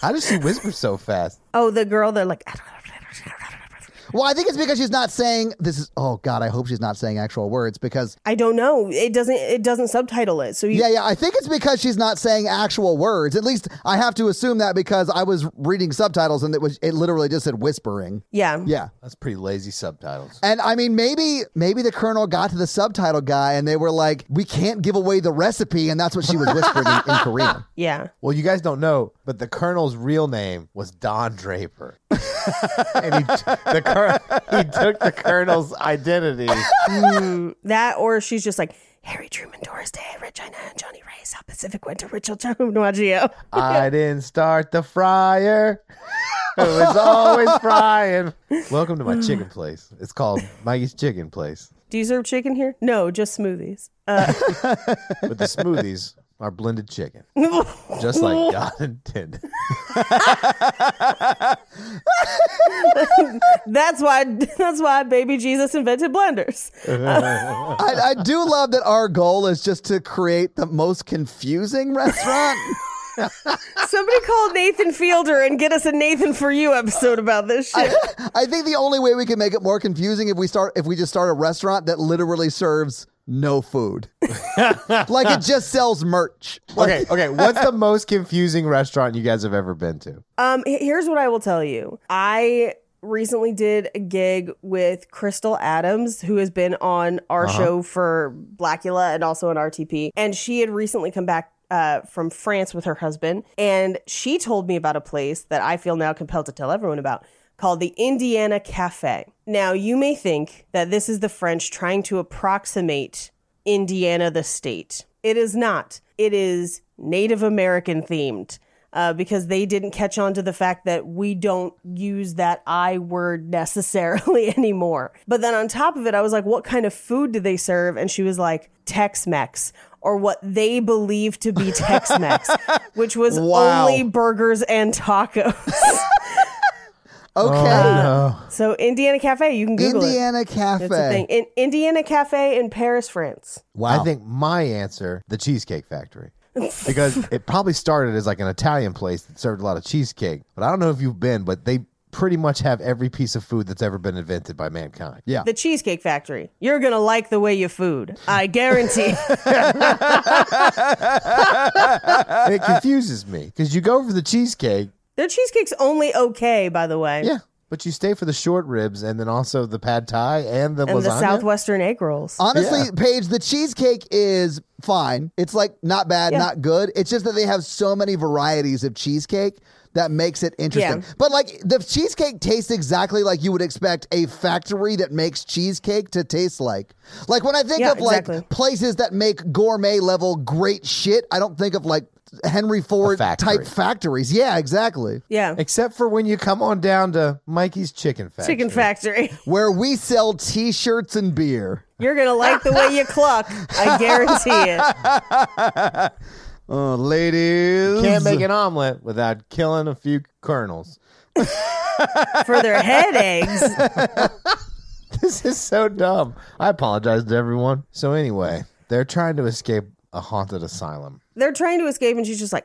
How does she whisper so fast? oh, the girl. They're like. Well, I think it's because she's not saying this is. Oh God, I hope she's not saying actual words because. I don't know. It doesn't. It doesn't subtitle it. So you, Yeah, yeah. I think it's because she's not saying actual words. At least I have to assume that because I was reading subtitles and it was it literally just said whispering. yeah. Yeah. That's pretty lazy subtitles. And I mean, maybe maybe the colonel got to the subtitle guy and they were like, "We can't give away the recipe," and that's what she was whispering in, in Korean. Yeah. Well, you guys don't know, but the colonel's real name was Don Draper, and he, t- the cur- he took the colonel's identity. That or she's just like Harry Truman, Doris Day, Regina, and Johnny Ray, South Pacific went to Richard Jones, Maggio. I didn't start the fryer. It was always frying. Welcome to my chicken place. It's called Mikey's Chicken Place, Do you serve chicken here? No, just smoothies. Uh, but the smoothies are blended chicken, just like God intended. That's why that's why baby Jesus invented blenders. I, I do love that our goal is just to create the most confusing restaurant. Somebody call Nathan Fielder and get us a Nathan for you episode about this shit. I think the only way we can make it more confusing if we start if we just start a restaurant that literally serves no food. like it just sells merch. Like, Okay, okay. What's the most confusing restaurant you guys have ever been to? Um h- here's what I will tell you. I recently did a gig with Crystal Adams who has been on our show for Blackula and also on RTP and she had recently come back uh, from France with her husband and she told me about a place that I feel now compelled to tell everyone about called the Indiana Cafe. Now you may think that this is the French trying to approximate Indiana the state. It is not. It is Native American themed uh, because they didn't catch on to the fact that we don't use that I word necessarily anymore. But then on top of it, I was like, what kind of food do they serve? And she was like, Tex Mex. Or what they believe to be Tex Mex, which was Wow. only burgers and tacos. Okay. No. So Indiana Cafe, you can Google it. Indiana That's the Cafe. thing. In Indiana Cafe in Paris, France. Wow. I think my answer, the Cheesecake Factory. because it probably started as like an Italian place that served a lot of cheesecake. But I don't know if you've been, but they pretty much have every piece of food that's ever been invented by mankind. Yeah. The Cheesecake Factory. You're gonna like the way you food. I guarantee. And it confuses me because you go for the cheesecake, Their cheesecake's only okay, by the way. yeah, but you stay for the short ribs and then also the pad thai and the And lasagna. the Southwestern egg rolls. Honestly, Yeah. Paige, the cheesecake is fine. It's like not bad, Yeah. not good. It's just that they have so many varieties of cheesecake that makes it interesting. Yeah. But like the cheesecake tastes exactly like you would expect a factory that makes cheesecake to taste like. Like when I think Yeah, of like exactly. places that make gourmet level great shit, I don't think of like Henry Ford factory. type factories. Yeah, exactly. yeah. Except for when you come on down to Mikey's Chicken Factory. Chicken Factory. Where we sell t shirts and beer. You're gonna like the way you cluck. I guarantee it. Oh, ladies. Can't make an omelet without killing a few kernels. For their head eggs. This is so dumb. I apologize to everyone. So anyway, they're trying to escape a haunted asylum. They're trying to escape, and she's just like,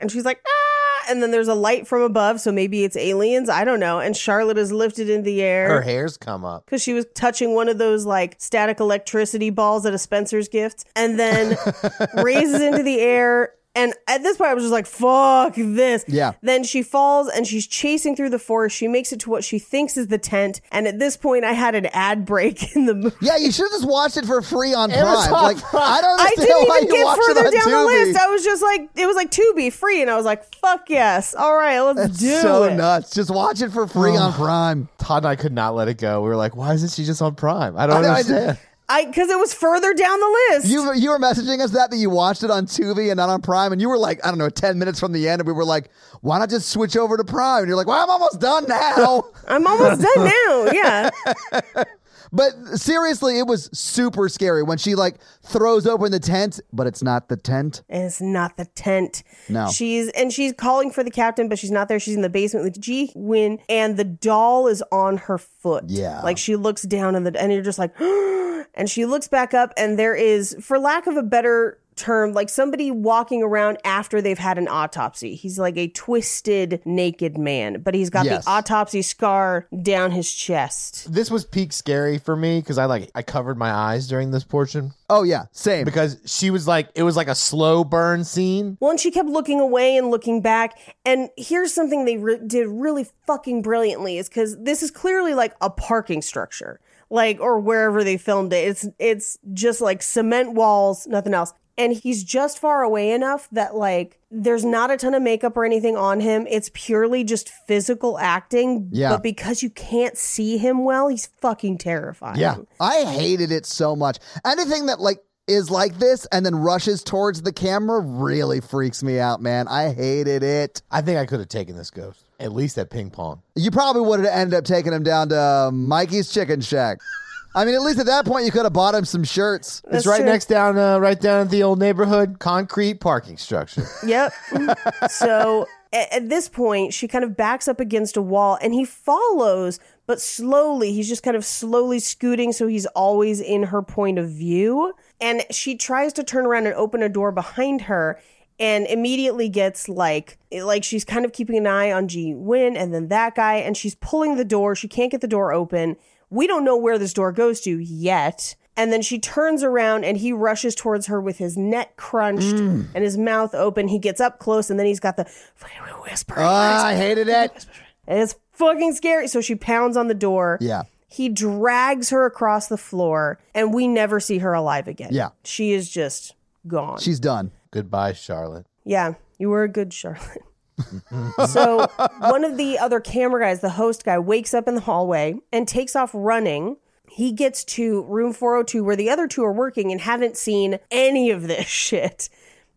and she's like, ah. And then there's a light from above, so maybe it's aliens. I don't know. And Charlotte is lifted in the Her air hair's come up. because she was touching one of those like static electricity balls at a Spencer's gift, and then raises into the air. And at this point, I was just like, fuck this. Yeah. Then she falls and she's chasing through the forest. She makes it to what she thinks is the tent. And at this point, I had an ad break in the movie. Yeah, you should have just watched it for free on Prime. Amazon Like Prime. I don't I understand didn't why even you get watch it further on down Tubi. the list. I was just like, it was like to be free, and I was like, fuck yes, all right, let's It's do so it. nuts. Just watch it for free on Prime. Todd and I could not let it go. We were like, why isn't she just on Prime? I don't I know, I understand. I because it was further down the list. You you were messaging us that that you watched it on Tubi and not on Prime, and you were like, I don't know, ten minutes from the end, and we were like, why not just switch over to Prime? And you're like, well, I'm almost done now. I'm almost done now. Yeah, but seriously, it was super scary when she like throws open the tent, but it's not the tent. and it's not the tent. No. she's and she's calling for the captain, but she's not there. She's in the basement with G Win, and the doll is on her foot. Yeah. like she looks down, and the and you're just like, and she looks back up, and there is, for lack of a better term like somebody walking around after they've had an autopsy he's like a twisted naked man but he's got Yes. the autopsy scar down his chest This was peak scary for me because I like I covered my eyes during this portion Oh yeah, same. because she was like it was like a slow burn scene. Well, and she kept looking away and looking back. And here's something they re- did really fucking brilliantly is because this is clearly like a parking structure, like or wherever they filmed it. It's it's just like cement walls, nothing else. And he's just far away enough that like there's not a ton of makeup or anything on him. It's purely just physical acting. Yeah. But because you can't see him well, he's fucking terrifying. Yeah. I hated it so much. Anything that like is like this and then rushes towards the camera really freaks me out, man. I hated it. I think I could have taken this ghost at least at ping pong. You probably would have ended up taking him down to um, Mikey's Chicken Shack. I mean, at least at that point, you could have bought him some shirts. it's right true. next down, uh, right down at the old neighborhood concrete parking structure. Yep. so at, at this point, she kind of backs up against a wall and he follows, but slowly. He's just kind of slowly scooting, so he's always in her point of view. And she tries to turn around and open a door behind her and immediately gets like like she's kind of keeping an eye on G Win and then that guy and she's pulling the door she can't get the door open we don't know where this door goes to yet and then she turns around and he rushes towards her with his neck crunched Mm. and his mouth open. He gets up close and then he's got the whispering. Ah, I hated it. and it's fucking scary. So she pounds on the door. Yeah. He drags her across the floor and we never see her alive again. Yeah. She is just gone. She's done. Goodbye, Charlotte. Yeah, you were a good Charlotte. so one of the other camera guys, the host guy, wakes up in the hallway and takes off running. He gets to room 402 where the other two are working and haven't seen any of this shit.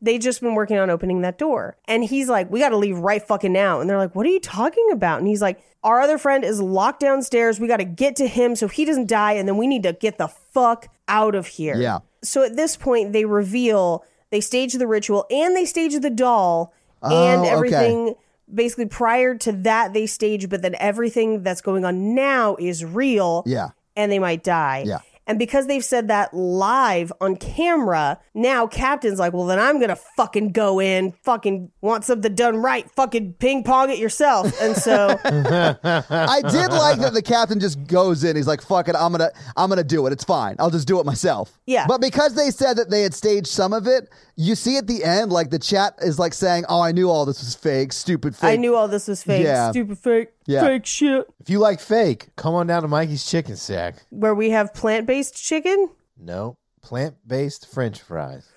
They just been working on opening that door. And he's like, "We got to leave right fucking now." And they're like, "What are you talking about?" And he's like, "Our other friend is locked downstairs. We got to get to him so he doesn't die and then we need to get the fuck out of here." Yeah. So at this point, they reveal they stage the ritual and they stage the doll and Oh, okay. everything basically prior to that they stage, but then everything that's going on now is real Yeah. and they might die. Yeah. And because they've said that live on camera, now Captain's like, well, then I'm going to fucking go in, fucking want something done right, fucking ping pong it yourself. And so, I did like that the captain just goes in. He's like, "Fuck it, I'm gonna, I'm gonna do it. It's fine. I'll just do it myself." Yeah. But because they said that they had staged some of it, you see at the end, like the chat is like saying, "Oh, I knew all this was fake, stupid fake." I knew all this was fake, Yeah. stupid fake, Yeah. fake shit. If you like fake, come on down to Mikey's Chicken Shack. Where we have plant based chicken, No, plant based French fries.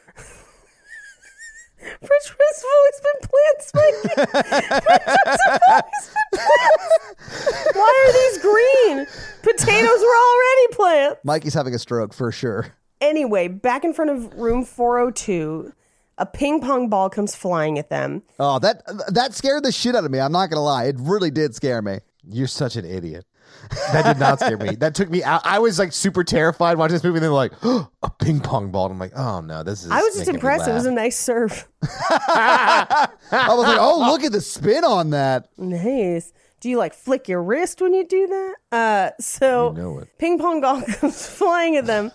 French fries have always been plants, Mikey. French fries have always been plants. Why are these green? Potatoes were already plants. Mikey's having a stroke for sure. Anyway, back in front of room 402, a ping pong ball comes flying at them. Oh, that that scared the shit out of me. I'm not gonna lie, it really did scare me. You're such an idiot. That did not scare me. That took me out. I was like super terrified watching this movie. And then like a ping pong ball. And I'm like, oh no, this is. I was just making me impressed. It laugh." was a nice serve. I was like, "Oh, look at the spin on that." Nice. Do you like flick your wrist when you do that? Uh, so You know it. ping pong ball comes flying at them.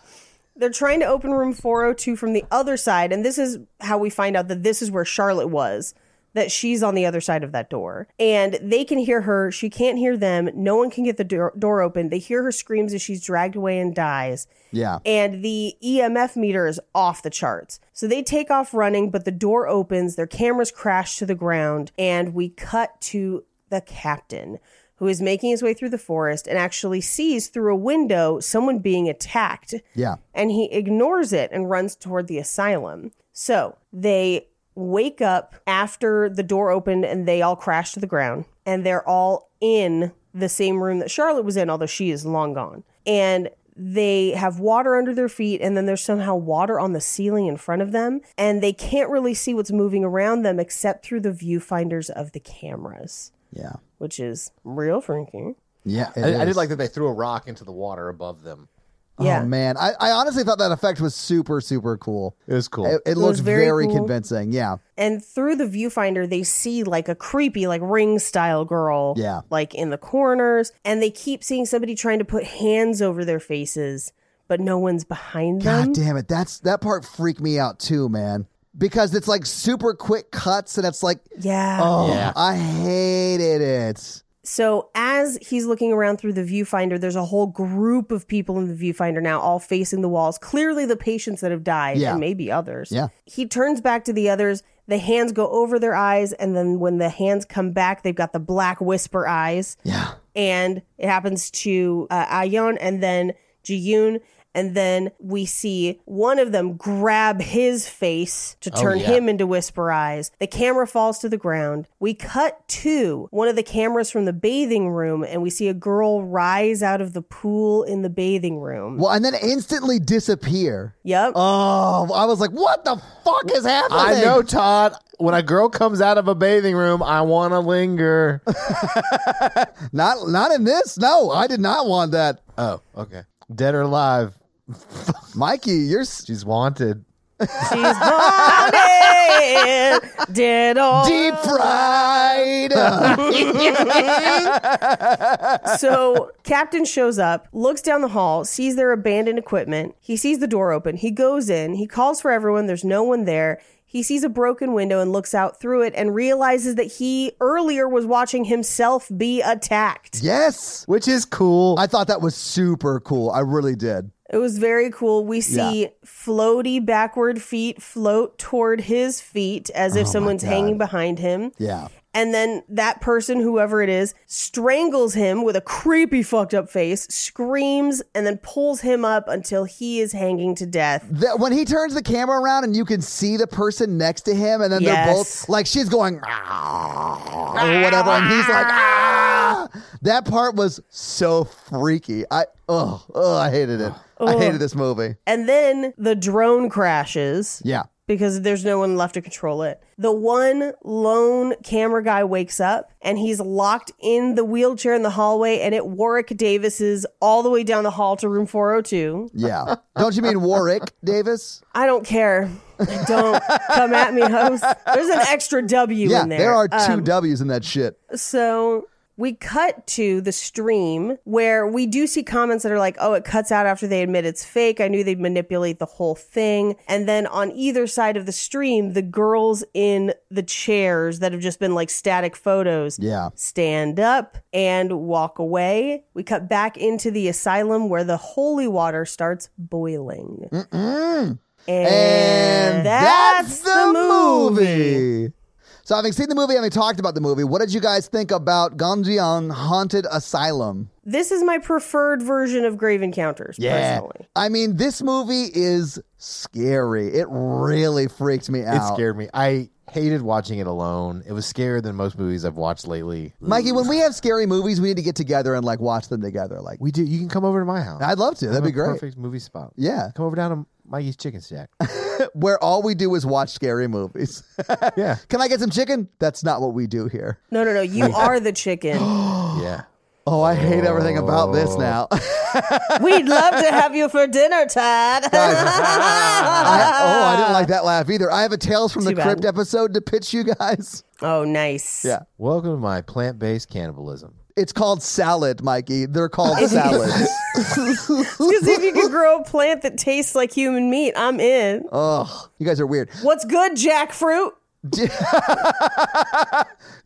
They're trying to open room 402 from the other side, and this is how we find out that this is where Charlotte was. That she's on the other side of that door, and they can hear her. She can't hear them. No one can get the door, door open. They hear her screams as she's dragged away and dies. Yeah. and the EMF meter is off the charts. So they take off running, but the door opens, their cameras crash to the ground, and we cut to the captain who is making his way through the forest and actually sees through a window someone being attacked. Yeah. And he ignores it and runs toward the asylum. So they wake up after the door opened and they all crash to the ground and they're all in the same room that Charlotte was in, although she is long gone. And they have water under their feet and then there's somehow water on the ceiling in front of them and they can't really see what's moving around them except through the viewfinders of the cameras Yeah. which is real freaking Yeah. it I, I is. did like that they threw a rock into the water above them. yeah Oh man, I, I honestly thought that effect was super super cool. It was cool. It, it was looked very, very cool. convincing. Yeah. and through the viewfinder they see like a creepy like ring style girl Yeah. like in the corners and they keep seeing somebody trying to put hands over their faces but no one's behind them God damn it. That's that part freaked me out too, man. Because it's like super quick cuts and it's like yeah oh Yeah. I hated it. so as he's looking around through the viewfinder there's a whole group of people in the viewfinder now all facing the walls clearly the patients that have died Yeah. and maybe others Yeah. he turns back to the others the hands go over their eyes and then when the hands come back they've got the black whisper eyes Yeah. and it happens to uh, Ayeon and then Jiyun. And then we see one of them grab his Oh, face to turn yeah. him into Whisper Eyes. The camera falls to the ground. We cut to one of the cameras from the bathing room, and we see a girl rise out of the pool in the bathing room. Well, and then instantly disappear. Yep. Oh, I was like, what the fuck is happening? I know, Todd. When a girl comes out of a bathing room, I want to linger. Not not in this. No, I did not want that. oh, okay. Dead or alive, Mikey, you're s- she's wanted. She's haunted. Dead or deep fried. So Captain shows up, looks down the hall, sees their abandoned equipment. He sees the door open. He goes in. He calls for everyone. There's no one there. He sees a broken window and looks out through it and realizes that he earlier was watching himself be attacked. yes. Which is cool. I thought that was super cool. I really did. It was very cool. We see floaty backward feet float toward his feet as if someone's hanging behind him. Yeah. And then that person, whoever it is, strangles him with a creepy fucked up face, screams, and then pulls him up until he is hanging to death. that when he turns the camera around and you can see the person next to him, and then they're both Yes. like she's going "Ah," or whatever, and he's like ah. That part was so freaky. I oh, oh I hated it. I hated this movie. And then the drone crashes Yeah. because there's no one left to control it. The one lone camera guy wakes up and he's locked in the wheelchair in the hallway and it Warwick Davis's all the way down the hall to room 402. Yeah. Don't you mean Warwick Davis? I don't care. don't come at me, host. There's an extra W Yeah, in there. there are two Um, W's in that shit. so we cut to the stream where we do see comments that are like, oh, it cuts out after they admit it's fake. I knew they'd manipulate the whole thing. And then on either side of the stream, the girls in the chairs that have just been like static photos Yeah. stand up and walk away. We cut back into the asylum where the holy water starts boiling. Mm. And, And that's, the movie. So, having seen the movie, having talked about the movie, what did you guys think about Ganjian Haunted Asylum? This is my preferred version of Grave Encounters, personally. I mean, this movie is scary. It really freaked me It out. scared me. I hated watching it alone. It was scarier than most movies I've watched lately. Mikey, when we have scary movies, we need to get together and like watch them together. Like, We do. You can come over to my house. I'd love to. That'd I'm be a great. Perfect movie spot. Yeah, Come over down to Mikey's Chicken Shack. where all we do is watch scary movies. yeah. Can I get some chicken? That's not what we do here. No, no, no. You are the chicken. Yeah. Oh, I hate everything about this now. We'd love to have you for dinner, Todd. I- oh, I didn't like that laugh either. I have a Tales from the Too bad. Crypt episode to pitch you guys. oh, nice. Yeah. Welcome to my plant-based cannibalism. It's called salad, Mikey. They're called salads. Because if you could grow a plant that tastes like human meat, I'm in. Ugh, you guys are weird. What's good, jackfruit? Do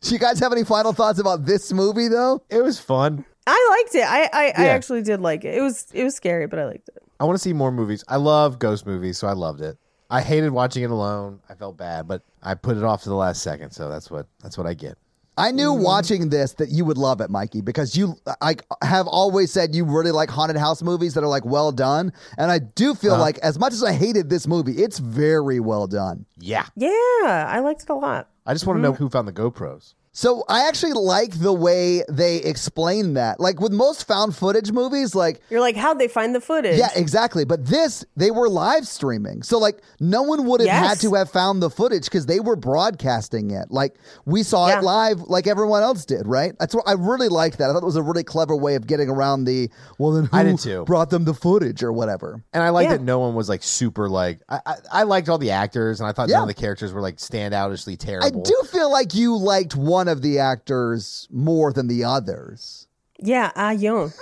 do you guys have any final thoughts about this movie, though? It was fun. I liked it. I, I, I Yeah. actually did like it. It was it was scary, but I liked it. I want to see more movies. I love ghost movies, so I loved it. I hated watching it alone. I felt bad, but I put it off to the last second, so that's what that's what I get. I knew watching this that you would love it, Mikey, because you like have always said you really like haunted house movies that are like well done, and I do feel like as much as I hated this movie, it's very well done. Yeah. Yeah, I liked it a lot. I just Mm-hmm. want to know who found the GoPros. So I actually like the way they explain that. Like with most found footage movies, like You're like, how'd they find the footage? Yeah, exactly. But this, they were live streaming. So, like, no one would have Yes. had to have found the footage because they were broadcasting it. Like, we saw Yeah. it live like everyone else did, right? That's what I really liked that. I thought it was a really clever way of getting around the, well, then who I did too. brought them the footage or whatever. And I like Yeah. that no one was like super like I, I, I liked all the actors and I thought Yeah. none of the characters were like standoutishly I terrible. do feel like you liked one of the actors more than the others. Yeah, Ah Young.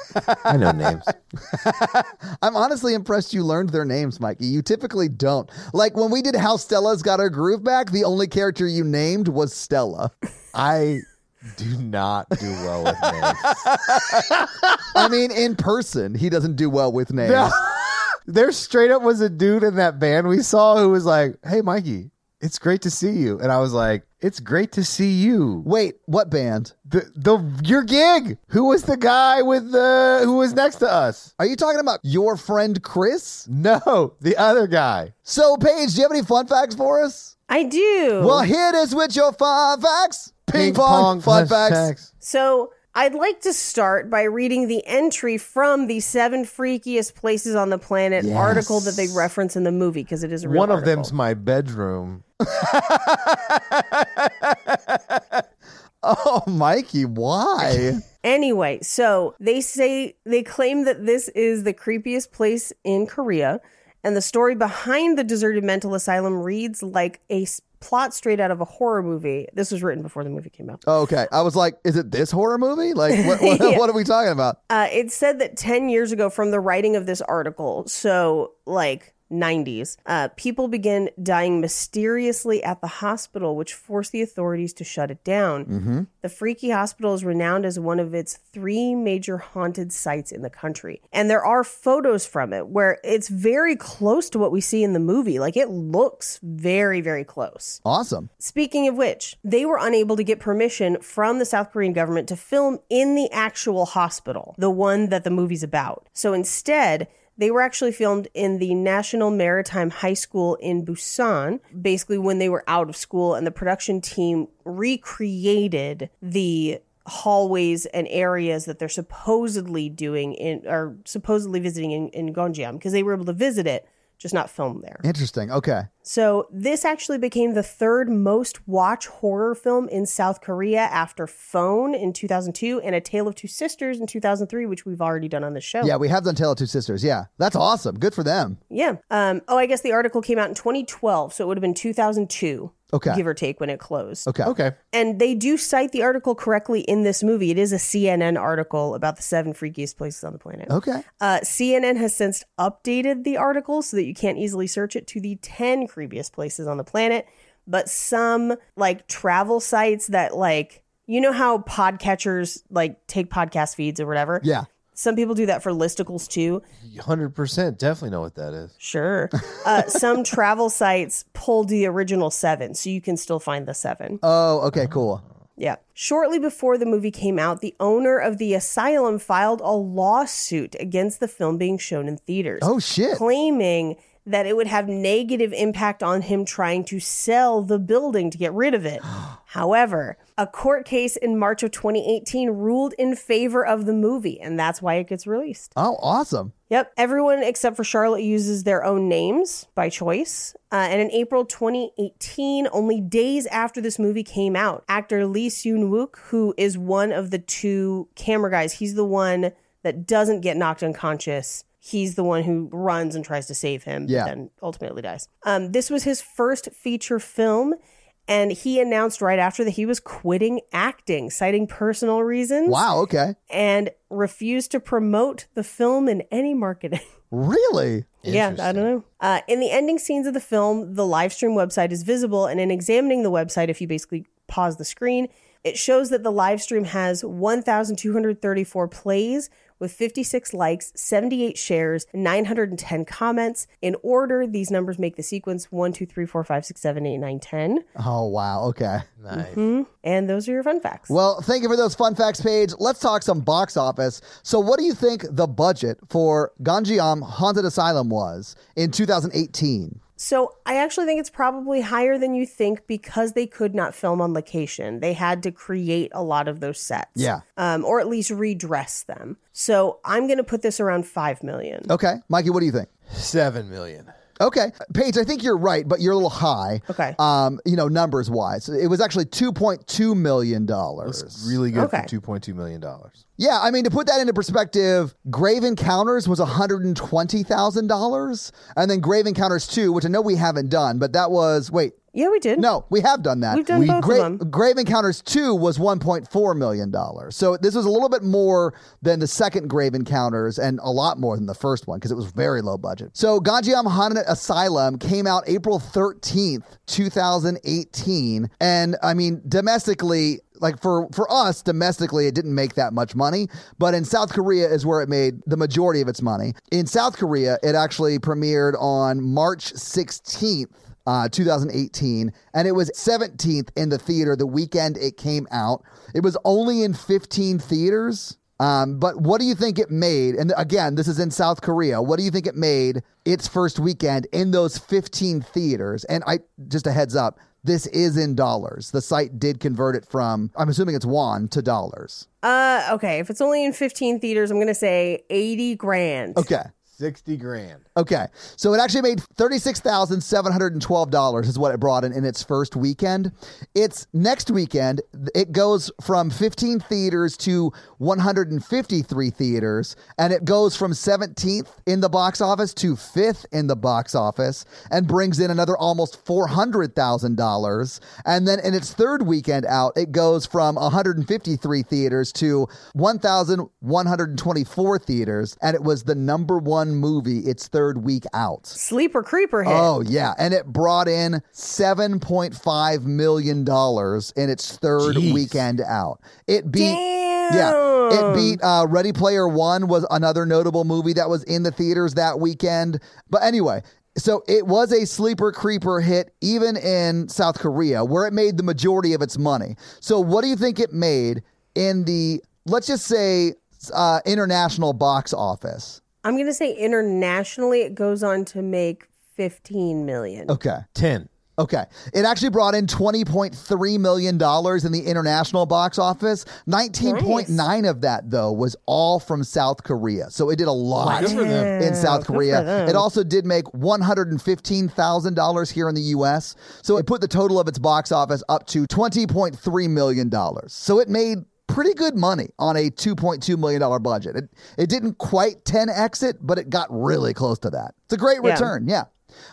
I know names. I'm honestly impressed you learned their names, Mikey. You typically don't. Like when we did How Stella's Got Her Groove Back, the only character you named was Stella. I do not do well with names. I mean, in person, he doesn't do well with names. there straight up was a dude in that band we saw who was like, "Hey, Mikey, it's great to see you," and I was like, "It's great to see you." Wait, what band? The, the your gig. Who was the guy with the who was next to us? Are you talking about your friend Chris? No, the other guy. So, Paige, do you have any fun facts for us? I do. Well, here it is with your fun facts. Oh. Ping, pong, fun punch facts. So I'd like to start by reading the entry from the seven freakiest places on the planet Yes. article that they reference in the movie because it is a real One of article. them's my bedroom. Oh, Mikey, why? Anyway, so they say they claim that this is the creepiest place in Korea, and the story behind the deserted mental asylum reads like a s- plot straight out of a horror movie. This was written before the movie came out. okay, I was like, is it this horror movie? Like, what, what, Yeah. what are we talking about? Uh, it said that 10 years ago from the writing of this article, so like 90s, uh, people began dying mysteriously at the hospital, which forced the authorities to shut it down. The Freaky Hospital is renowned as one of its three major haunted sites in the country. And there are photos from it where it's very close to what we see in the movie. Like it looks very, very close. Awesome. Speaking of which, they were unable to get permission from the South Korean government to film in the actual hospital, the one that the movie's about. So instead, they were actually filmed in the National Maritime High School in Busan, basically when they were out of school, and the production team recreated the hallways and areas that they're supposedly doing in or supposedly visiting in, in Gonjiam because they were able to visit it just not filmed there. Interesting. Okay. So, this actually became the third most watch horror film in South Korea after Phone in 2002 and A Tale of Two Sisters in 2003, which we've already done on the show. Yeah, we have done Tale of Two Sisters. Yeah. That's awesome. Good for them. Yeah. Um, oh, I guess the article came out in 2012, so it would have been 2002, Okay. give or take, when it closed. Okay. Okay. And they do cite the article correctly in this movie. It is a CNN article about the seven freakiest places on the planet. Okay. Uh, CNN has since updated the article so that you can't easily search it to the 10 creepiest places on the planet. But some like travel sites that like, you know how podcatchers like take podcast feeds or whatever? Yeah. Some people do that for listicles too. Hundred percent. Definitely know what that is. Sure. Uh, some travel sites pulled the original seven, so you can still find the seven. Oh, okay, cool. Yeah. Shortly before the movie came out, the owner of the asylum filed a lawsuit against the film being shown in theaters, Oh shit. claiming that it would have negative impact on him trying to sell the building to get rid of it. However, a court case in March of 2018 ruled in favor of the movie, and that's why it gets released. Oh, awesome. Yep. Everyone except for Charlotte uses their own names by choice. Uh, and in April 2018, only days after this movie came out, actor Lee Soon Wook, who is one of the two camera guys, he's the one that doesn't get knocked unconscious. He's the one who runs and tries to save him, Yeah. but then ultimately dies. Um, this was his first feature film, and he announced right after that he was quitting acting, citing personal reasons Wow, okay. and refused to promote the film in any marketing. Really? yeah, I don't know. Uh, in the ending scenes of the film, the live stream website is visible, and in examining the website, if you basically pause the screen, it shows that the live stream has 1,234 plays with 56 likes, 78 shares, and 910 comments. In order, these numbers make the sequence 1, 2, 3, 4, 5, 6, 7, 8, 9, 10. Oh, wow, okay. Nice. Mhm. And those are your fun facts. Well, thank you for those fun facts, Paige. Let's talk some box office. So, what do you think the budget for Ganjiam Haunted Asylum was in 2018? So I actually think it's probably higher than you think because they could not film on location. They had to create a lot of those sets. Yeah. Um, or at least redress them. So I'm going to put this around 5 million. Okay. Mikey, what do you think? Seven million. Okay. Paige, I think you're right, but you're a little high. Okay. Um, you know, numbers wise. It was actually $2.2 million. dollars. Really good Okay. for two point two million dollars. Yeah, I mean to put that into perspective, Grave Encounters was $120,000 and then Grave Encounters 2, which I know we haven't done, but that was wait, yeah, we did. no, we have done that. We've done We- both of Gra- them. Grave Encounters 2 was $1.4 million. So this was a little bit more than the second Grave Encounters and a lot more than the first one because it was very low budget. So Ganjiam Haunted Asylum came out April 13th, 2018. And I mean, domestically, like for, for us domestically, it didn't make that much money, but in South Korea is where it made the majority of its money. In South Korea, it actually premiered on March 16th uh, 2018, and it was 17th in the theater the weekend it came out. It was only in 15 theaters. Um, but what do you think it made? And again, this is in South Korea. What do you think it made its first weekend in those 15 theaters? And I just a heads up, this is in dollars. The site did convert it from, I'm assuming it's won to dollars. Uh, okay. If it's only in 15 theaters, I'm going to say 80 grand. Okay. Sixty grand. Okay. So it actually made $36,712 is what it brought in in its first weekend. Its next weekend, it goes from 15 theaters to 153 theaters, and it goes from 17th in the box office to 5th in the box office and brings in another almost $400,000. And then in its third weekend out, it goes from 153 theaters to 1,124 theaters, and it was the number one movie its third week out. Sleeper Creeper hit. Oh yeah, and it brought in seven point five million dollars in its third Jeez. weekend out. It beat. Damn. e- Yeah, it beat uh, Ready Player One was another notable movie that was in the theaters that weekend. But anyway, so it was a sleeper creeper hit even in South Korea, where it made the majority of its money. So what do you think it made in the let's just say uh, international box office? I'm Oh. going to say internationally, it goes on to make 15 million. Okay, Ten. Okay. It actually brought in $20.3 million in the international box office. 19.9 of that, though, was all from South Korea. So it did a lot Good for them. in South Korea. them. It also did make $115,000 here in the US. So it put the total of its box office up to $20.3 million. So it made pretty good money on a $2.2 million budget. It, it didn't quite 10 exit, but it got really close to that. It's a great Yeah. return. Yeah.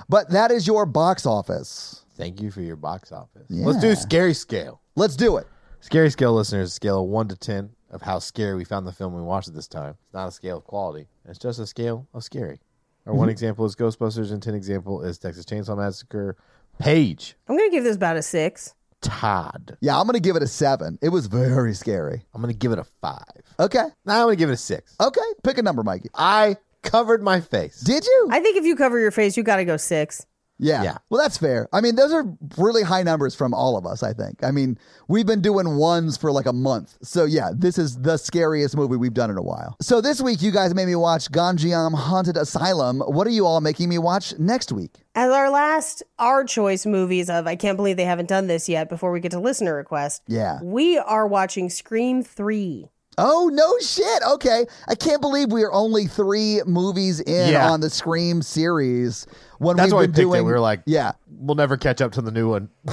But that is your box office. Thank you for your box office. Let's do scary scale. Let's do it. Scary scale listeners, scale of one to ten of how scary we found the film we watched it this time. It's not a scale of quality. It's just a scale of scary. Our one example is Ghostbusters, and ten example is Texas Chainsaw Massacre. Paige, I'm gonna give this about a six. Todd. Yeah, I'm going to give it a seven. It was very scary. I'm gonna give it a five. Okay. Now I'm gonna give it a six. Okay. Pick a number, Mikey. I covered my face. Did you? I think if you cover your face, you gotta go six. Yeah. Yeah. Well, that's fair. I mean, those are really high numbers from all of us, I think. I mean, we've been doing ones for like a month. So, yeah, this is the scariest movie we've done in a while. So, this week, you guys made me watch Ganjiam Haunted Asylum. What are you all making me watch next week? As our last our choice movies of I can't believe they haven't done this yet before we get to listener request. Yeah. We are watching Scream 3. Oh, no shit. Okay. I can't believe we are only three movies in Yeah. on the Scream series. When That's we've why we been picked it. doing, We were like- yeah. We'll never catch up to the new one.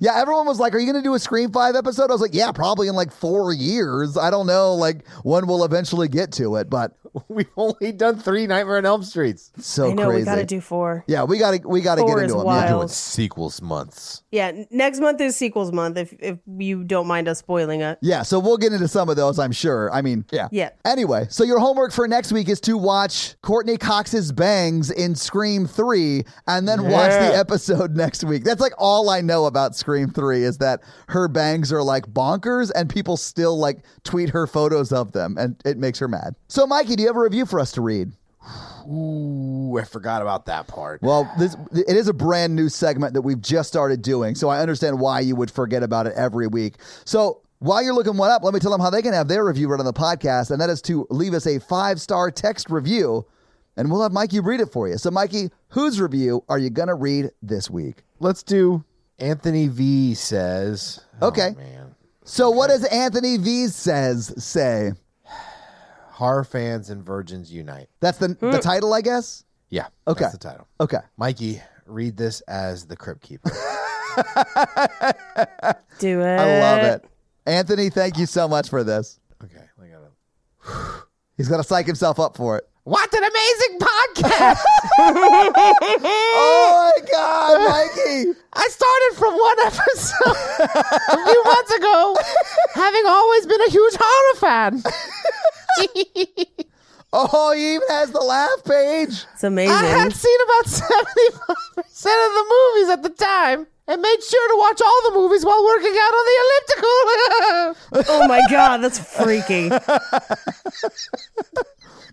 Yeah, everyone was like, "Are you going to do a Scream Five episode?" I was like, "Yeah, probably in like four years. I don't know, like when we'll eventually get to it, but We've only done three Nightmare on Elm Streets. it's so I know crazy." we gotta do four. yeah, we gotta we gotta Four get is into it. We're wild. doing sequels months. Yeah, n- next month is sequels month. If if you don't mind us spoiling it, Yeah, so we'll get into some of those, I'm sure. I mean, yeah. Yeah. Anyway, so your homework for next week is to watch Courtney Cox's bangs in Scream 3 and then watch the Yeah. episode next week. That's like all I know about Scream 3 is that her bangs are like bonkers and people still like tweet her photos of them and it makes her mad. So Mikey, do you have a review for us to read? Ooh, I forgot about that part. Well, this it is a brand new segment that we've just started doing, so I understand why you would forget about it every week. So while you're looking one up, let me tell them how they can have their review read on the podcast, and that is to leave us a five star text review, and we'll have Mikey read it for you. So, Mikey, whose review are you gonna read this week? Let's do Anthony V says. Okay. Oh, man. So, what does Anthony V says say? Horror fans and virgins unite. That's the the title, I guess. Yeah. Okay. That's the title. Okay. Mikey, read this as the Crypt Keeper. do it. I love it. Anthony, thank you so much for this. okay. I got it. He's gonna psych himself up for it. What an amazing podcast! Oh my God, Mikey! I started from one episode a few months ago, having always been a huge horror fan. Oh, he even has the laugh page. It's amazing. I had seen about 75% of the movies at the time and made sure to watch all the movies while working out on the elliptical. oh my god, that's freaky.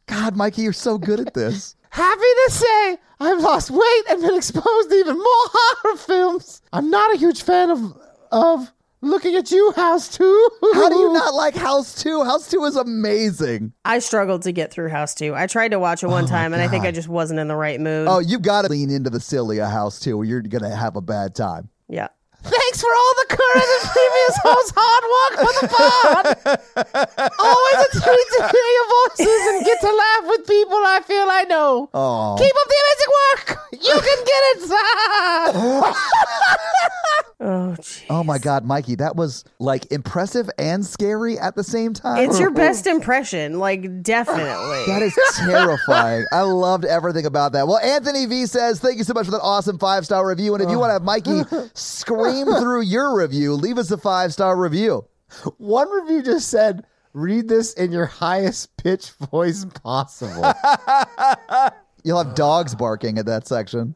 God, Mikey, you're so good at this. Happy to say I've lost weight and been exposed to even more horror films. I'm not a huge fan of of looking at you, House 2. How do you not like House 2? House 2 is amazing. I struggled to get through House 2. I tried to watch it one time and I think I just wasn't in the right mood. Oh, you've got to lean into the silly of House 2 or you're going to have a bad time. Yeah. Thanks for all the current and previous hosts' hard work for the pod. Always a treat to hear your voices and get to laugh with people I feel I know. Oh. Keep up the amazing work. You can get it. Oh, gee. Oh my God, Mikey, that was like impressive and scary at the same time. It's your best impression, like definitely. that is terrifying. I loved everything about that. Well, Anthony V says, thank you so much for that awesome five star review. And if you want to have Mikey scream through your review, leave us a five star review. One review just said, "Read this in your highest pitch voice possible." You'll have dogs barking at that section.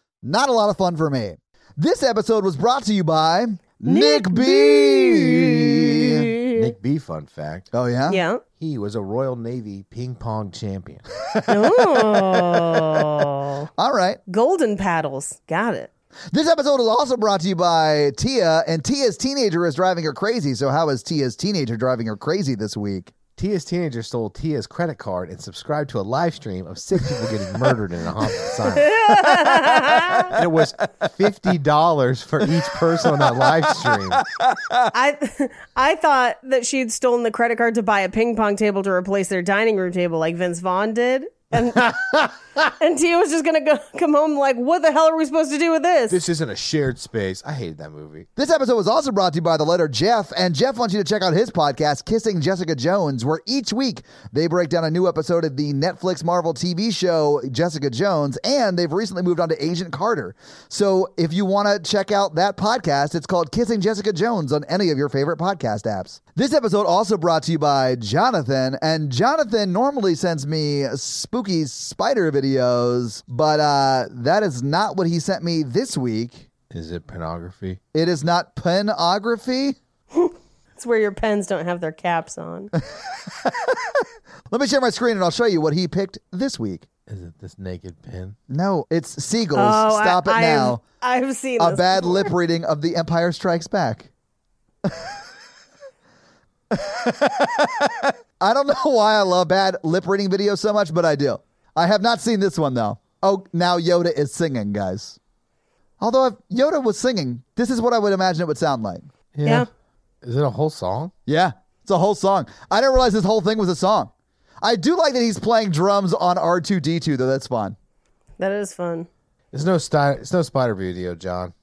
Not a lot of fun for me. This episode was brought to you by Nick, B. Nick B, fun fact. Oh, yeah? Yeah. He was a Royal Navy ping pong champion. Oh. All right. Golden paddles. Got it. This episode is also brought to you by Tia, and Tia's teenager is driving her crazy. So, how is Tia's teenager driving her crazy this week? Tia's teenager stole Tia's credit card and subscribed to a live stream of six people getting murdered in a haunted asylum. and it was fifty dollars for each person on that live stream. I I thought that she had stolen the credit card to buy a ping pong table to replace their dining room table, like Vince Vaughn did. And and Tia was just gonna go, come home like, what the hell are we supposed to do with this? This isn't a shared space. I hated that movie. This episode was also brought to you by the letter Jeff, and Jeff wants you to check out his podcast, Kissing Jessica Jones, where each week they break down a new episode of the Netflix Marvel TV show Jessica Jones, and they've recently moved on to Agent Carter. So, if you want to check out that podcast, it's called Kissing Jessica Jones on any of your favorite podcast apps. This episode also brought to you by Jonathan, and Jonathan normally sends me spooky spider videos, but uh, that is not what he sent me this week. Is it pornography? It is not pornography. It's where your pens don't have their caps on. Let me share my screen and I'll show you what he picked this week. Is it this naked pin? No, it's Seagulls. Oh, I- Stop it I've- now. I've, seen A this. bad lip reading of The Empire Strikes Back. I don't know why I love bad lip reading videos so much, but I do. I have not seen this one though. Oh, now Yoda is singing, guys. Although if Yoda was singing, this is what I would imagine it would sound like. Yeah. Is it a whole song? Yeah, it's a whole song. I didn't realize this whole thing was a song. I do like that he's playing drums on R2D2, though. That's fun. that is fun. There's no sty- It's no spider video, John.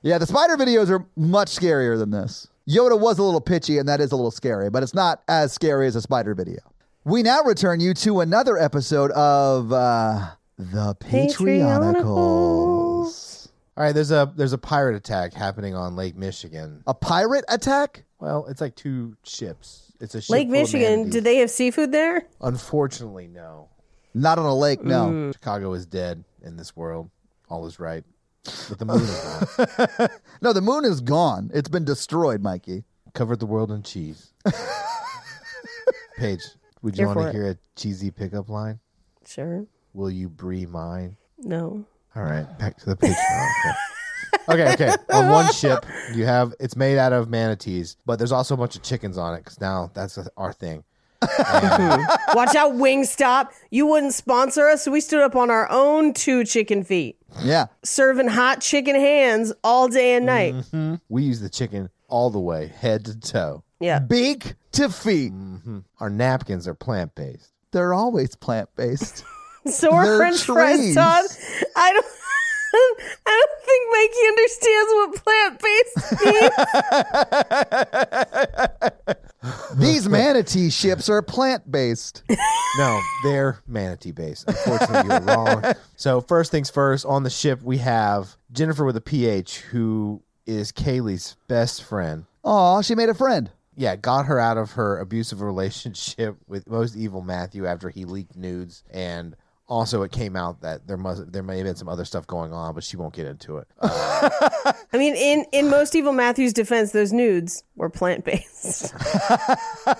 Yeah, the spider videos are much scarier than this. Yoda was a little pitchy, and that is a little scary, but it's not as scary as a spider video. We now return you to another episode of uh, The Patreonicals. All right, there's a there's a pirate attack happening on Lake Michigan. A pirate attack? Well, it's like two ships. It's a ship Lake full of Michigan, manatees. do they have seafood there? Unfortunately, no. Not on a lake, no. Chicago is dead in this world. All is right, but the moon is not. No, the moon is gone. It's been destroyed, Mikey. Covered the world in cheese. Paige, would you Here want for to it. hear a cheesy pickup line? Sure. Will you brie mine? No. All right, back to the Patreon. okay, okay. On one ship, you have it's made out of manatees, but there's also a bunch of chickens on it because now that's our thing. Watch out, Wingstop. You wouldn't sponsor us, so we stood up on our own two chicken feet, Yeah. serving hot chicken hands all day and night. Mm-hmm. We use the chicken all the way, head to toe. Yeah. Beak to feet. Our napkins are plant based. They're always plant based. So are They're French trees. fries, Todd. I don't. I don't think Mikey understands what plant based means. These manatee ships are plant based. No, they're manatee based. Unfortunately, you're wrong. So, first things first, on the ship, we have Jennifer with a PH who is Kaylee's best friend. Aw, she made a friend. Yeah, got her out of her abusive relationship with most evil Matthew after he leaked nudes, and also it came out that there must there may have been some other stuff going on, but she won't get into it. Uh, I mean, in in most evil Matthew's defense, those nudes were plant based.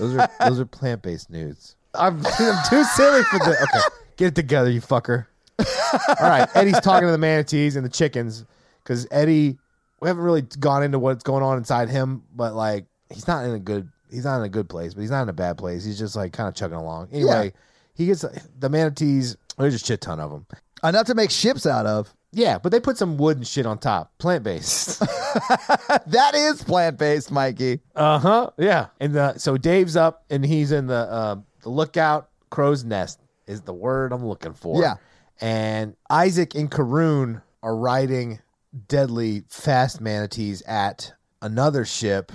those are those are plant based nudes. I'm, I'm too silly for the. Okay, get it together, you fucker. All right, Eddie's talking to the manatees and the chickens because Eddie. We haven't really gone into what's going on inside him, but like he's not in a good he's not in a good place, but he's not in a bad place. He's just like kind of chugging along. Anyway, he gets the manatees. There's a shit ton of them. Enough to make ships out of. Yeah, but they put some wood and shit on top, plant based. That is plant based, Mikey. Uh huh. Yeah. And the, so Dave's up and he's in the uh, the lookout crow's nest is the word I'm looking for. Yeah. And Isaac and Karoon are riding deadly fast manatees at another ship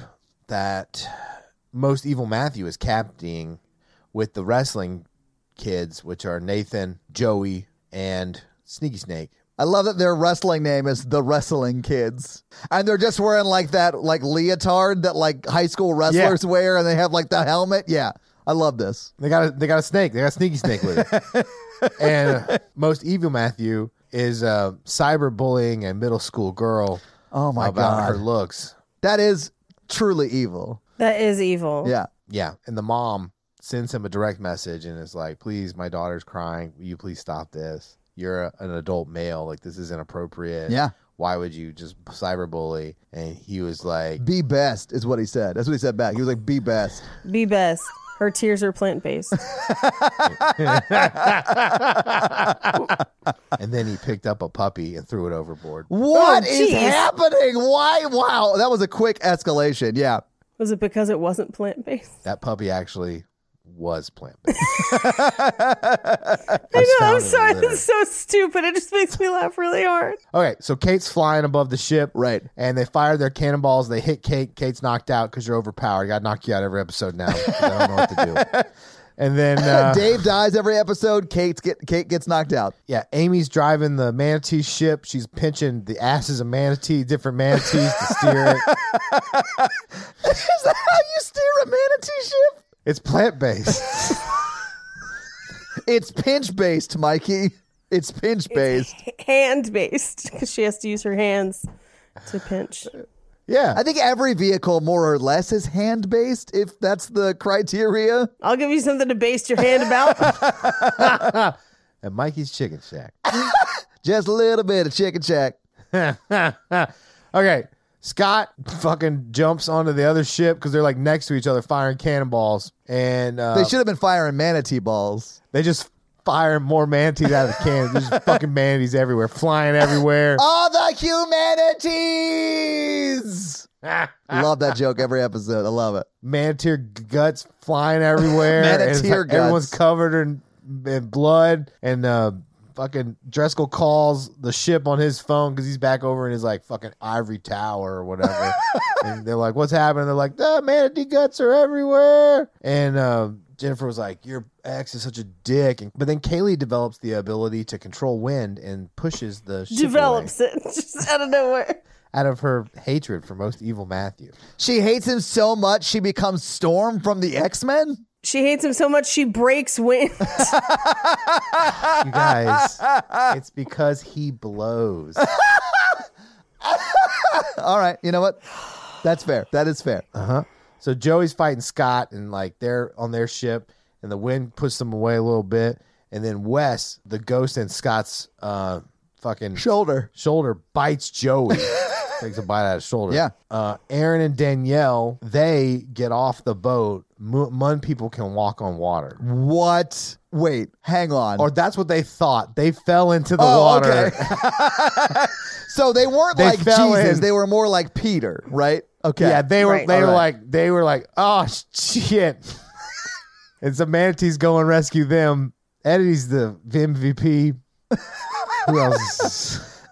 that most evil Matthew is captaining with the wrestling kids, which are Nathan, Joey, and Sneaky Snake. I love that their wrestling name is the Wrestling Kids, and they're just wearing like that like leotard that like high school wrestlers wear, and they have like the helmet. Yeah, I love this. They got a they got a snake. They got a sneaky snake with it. and uh, most evil Matthew is uh, cyberbullying a middle school girl. Oh my about God. her looks. That is truly evil. that is evil. Yeah. Yeah, and the mom sends him a direct message and is like, "Please, my daughter's crying. Will you please stop this? You're a, an adult male. Like this is inappropriate. Yeah. why would you just cyberbully?" And he was like, Be best is what he said. That's what he said back. He was like, be best. Be best. Her tears are plant based. and then he picked up a puppy and threw it overboard. What Oh, is jeez. happening? Why? Wow. That was a quick escalation. Yeah. Was it because it wasn't plant based? That puppy actually was plant based. I know. I'm sorry. It's so stupid. It just makes me laugh really hard. Okay, so Kate's flying above the ship. Right. And they fire their cannonballs. They hit Kate. Kate's knocked out because you're overpowered. Got to knock you out every episode now. 'cause I don't know what to do. And then, uh, Dave dies every episode. Kate, get, Kate gets knocked out. yeah, Amy's driving the manatee ship. She's pinching the asses of manatee, different manatees to steer it. Is that how you steer a manatee ship? It's plant based. It's pinch based, Mikey. It's pinch based. Hand based because she has to use her hands to pinch. Yeah. I think every vehicle, more or less, is hand based if that's the criteria. I'll give you something to base your hand about. And Mikey's Chicken Shack. Just a little bit of chicken shack. okay. Scott fucking jumps onto the other ship because they're like next to each other firing cannonballs. And uh, They should have been firing manatee balls. They just fire more manatees out of the cans. There's just fucking manatees everywhere, flying everywhere. All the humanities. love that joke every episode. I love it. Manatee guts flying everywhere. and it's Manatee guts. Everyone's covered in, in blood. And uh, fucking Dreskel calls the ship on his phone because he's back over in his like fucking ivory tower or whatever. and they're like, what's happening? They're like, the manatee guts are everywhere. And uh, Jennifer was like, your ex is such a dick. And, but then Kaylee develops the ability to control wind and pushes the ship away. Develops it just out of nowhere. out of her hatred for most evil Matthew. She hates him so much she becomes Storm from the X Men. She hates him so much she breaks wind. You guys, it's because he blows. All right, you know what? That's fair. That is fair. So Joey's fighting Scott, and like they're on their ship, and the wind puts them away a little bit, and then Wes, the ghost, and Scott's uh, fucking Shoulder. shoulder bites Joey. Takes a bite out of his shoulder. Yeah. Uh, Aaron and Danielle, they get off the boat. Mu Mun people can walk on water. What? Wait, hang on. Or that's what they thought. They fell into the Oh, water. okay. so they weren't They like fell Jesus. in. They were more like Peter, right? Okay. Yeah, they were Right. they were Alright. like they were like, oh shit. and some manatees go and rescue them. Eddie's the MVP. Who else?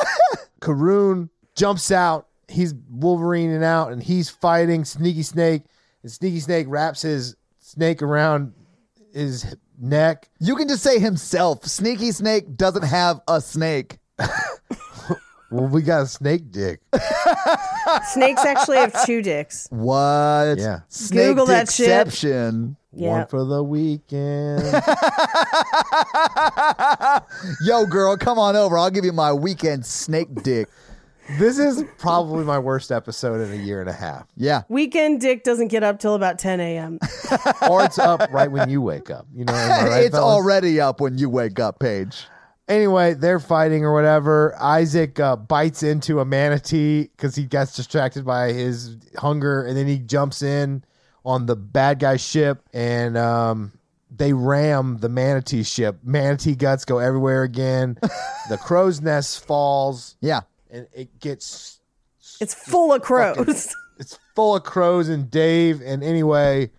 Karoon jumps out. He's Wolverineing out and he's fighting Sneaky Snake. And Sneaky Snake wraps his snake around his neck. you can just say himself. Sneaky Snake doesn't have a snake. Well, we got a snake dick. Snakes actually have two dicks. What? Yeah. Snake Google that shit. exception. Yeah. One for the weekend. Yo, girl, come on over. I'll give you my weekend snake dick. this is probably my worst episode in a year and a half. Yeah. Weekend dick doesn't get up till about 10 a.m. Or it's up right when you wake up. You know, am I right, it's fellas? already up when you wake up, Paige. Anyway, they're fighting or whatever. Isaac uh, bites into a manatee because he gets distracted by his hunger, and then he jumps in on the bad guy ship, and um, they ram the manatee ship. Manatee guts go everywhere again. the crow's nest falls, Yeah. and it gets It's full of crows. it's full of crows and Dave. And anyway,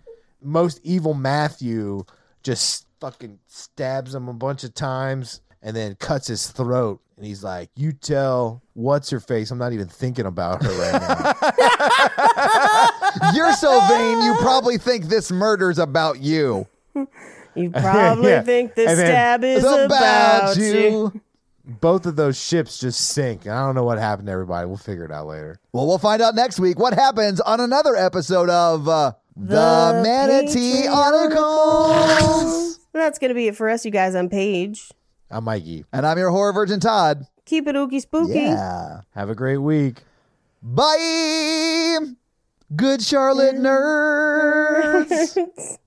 most evil Matthew just fucking stabs him a bunch of times and then cuts his throat. And he's like, You tell what's her face? I'm not even thinking about her right now. You're so vain, you probably think this murder's about you. You probably Yeah. think this And then- stab is It's about, you. you. Both of those ships just sink. And I don't know what happened to everybody. We'll figure it out later. Well, we'll find out next week what happens on another episode of uh, The, The Manatee Articles. That's going to be it for us, you guys, on page. I'm Mikey. And I'm your horror virgin, Todd. Keep it ooky spooky. Yeah. Have a great week. Bye. Good Charlotte nerds.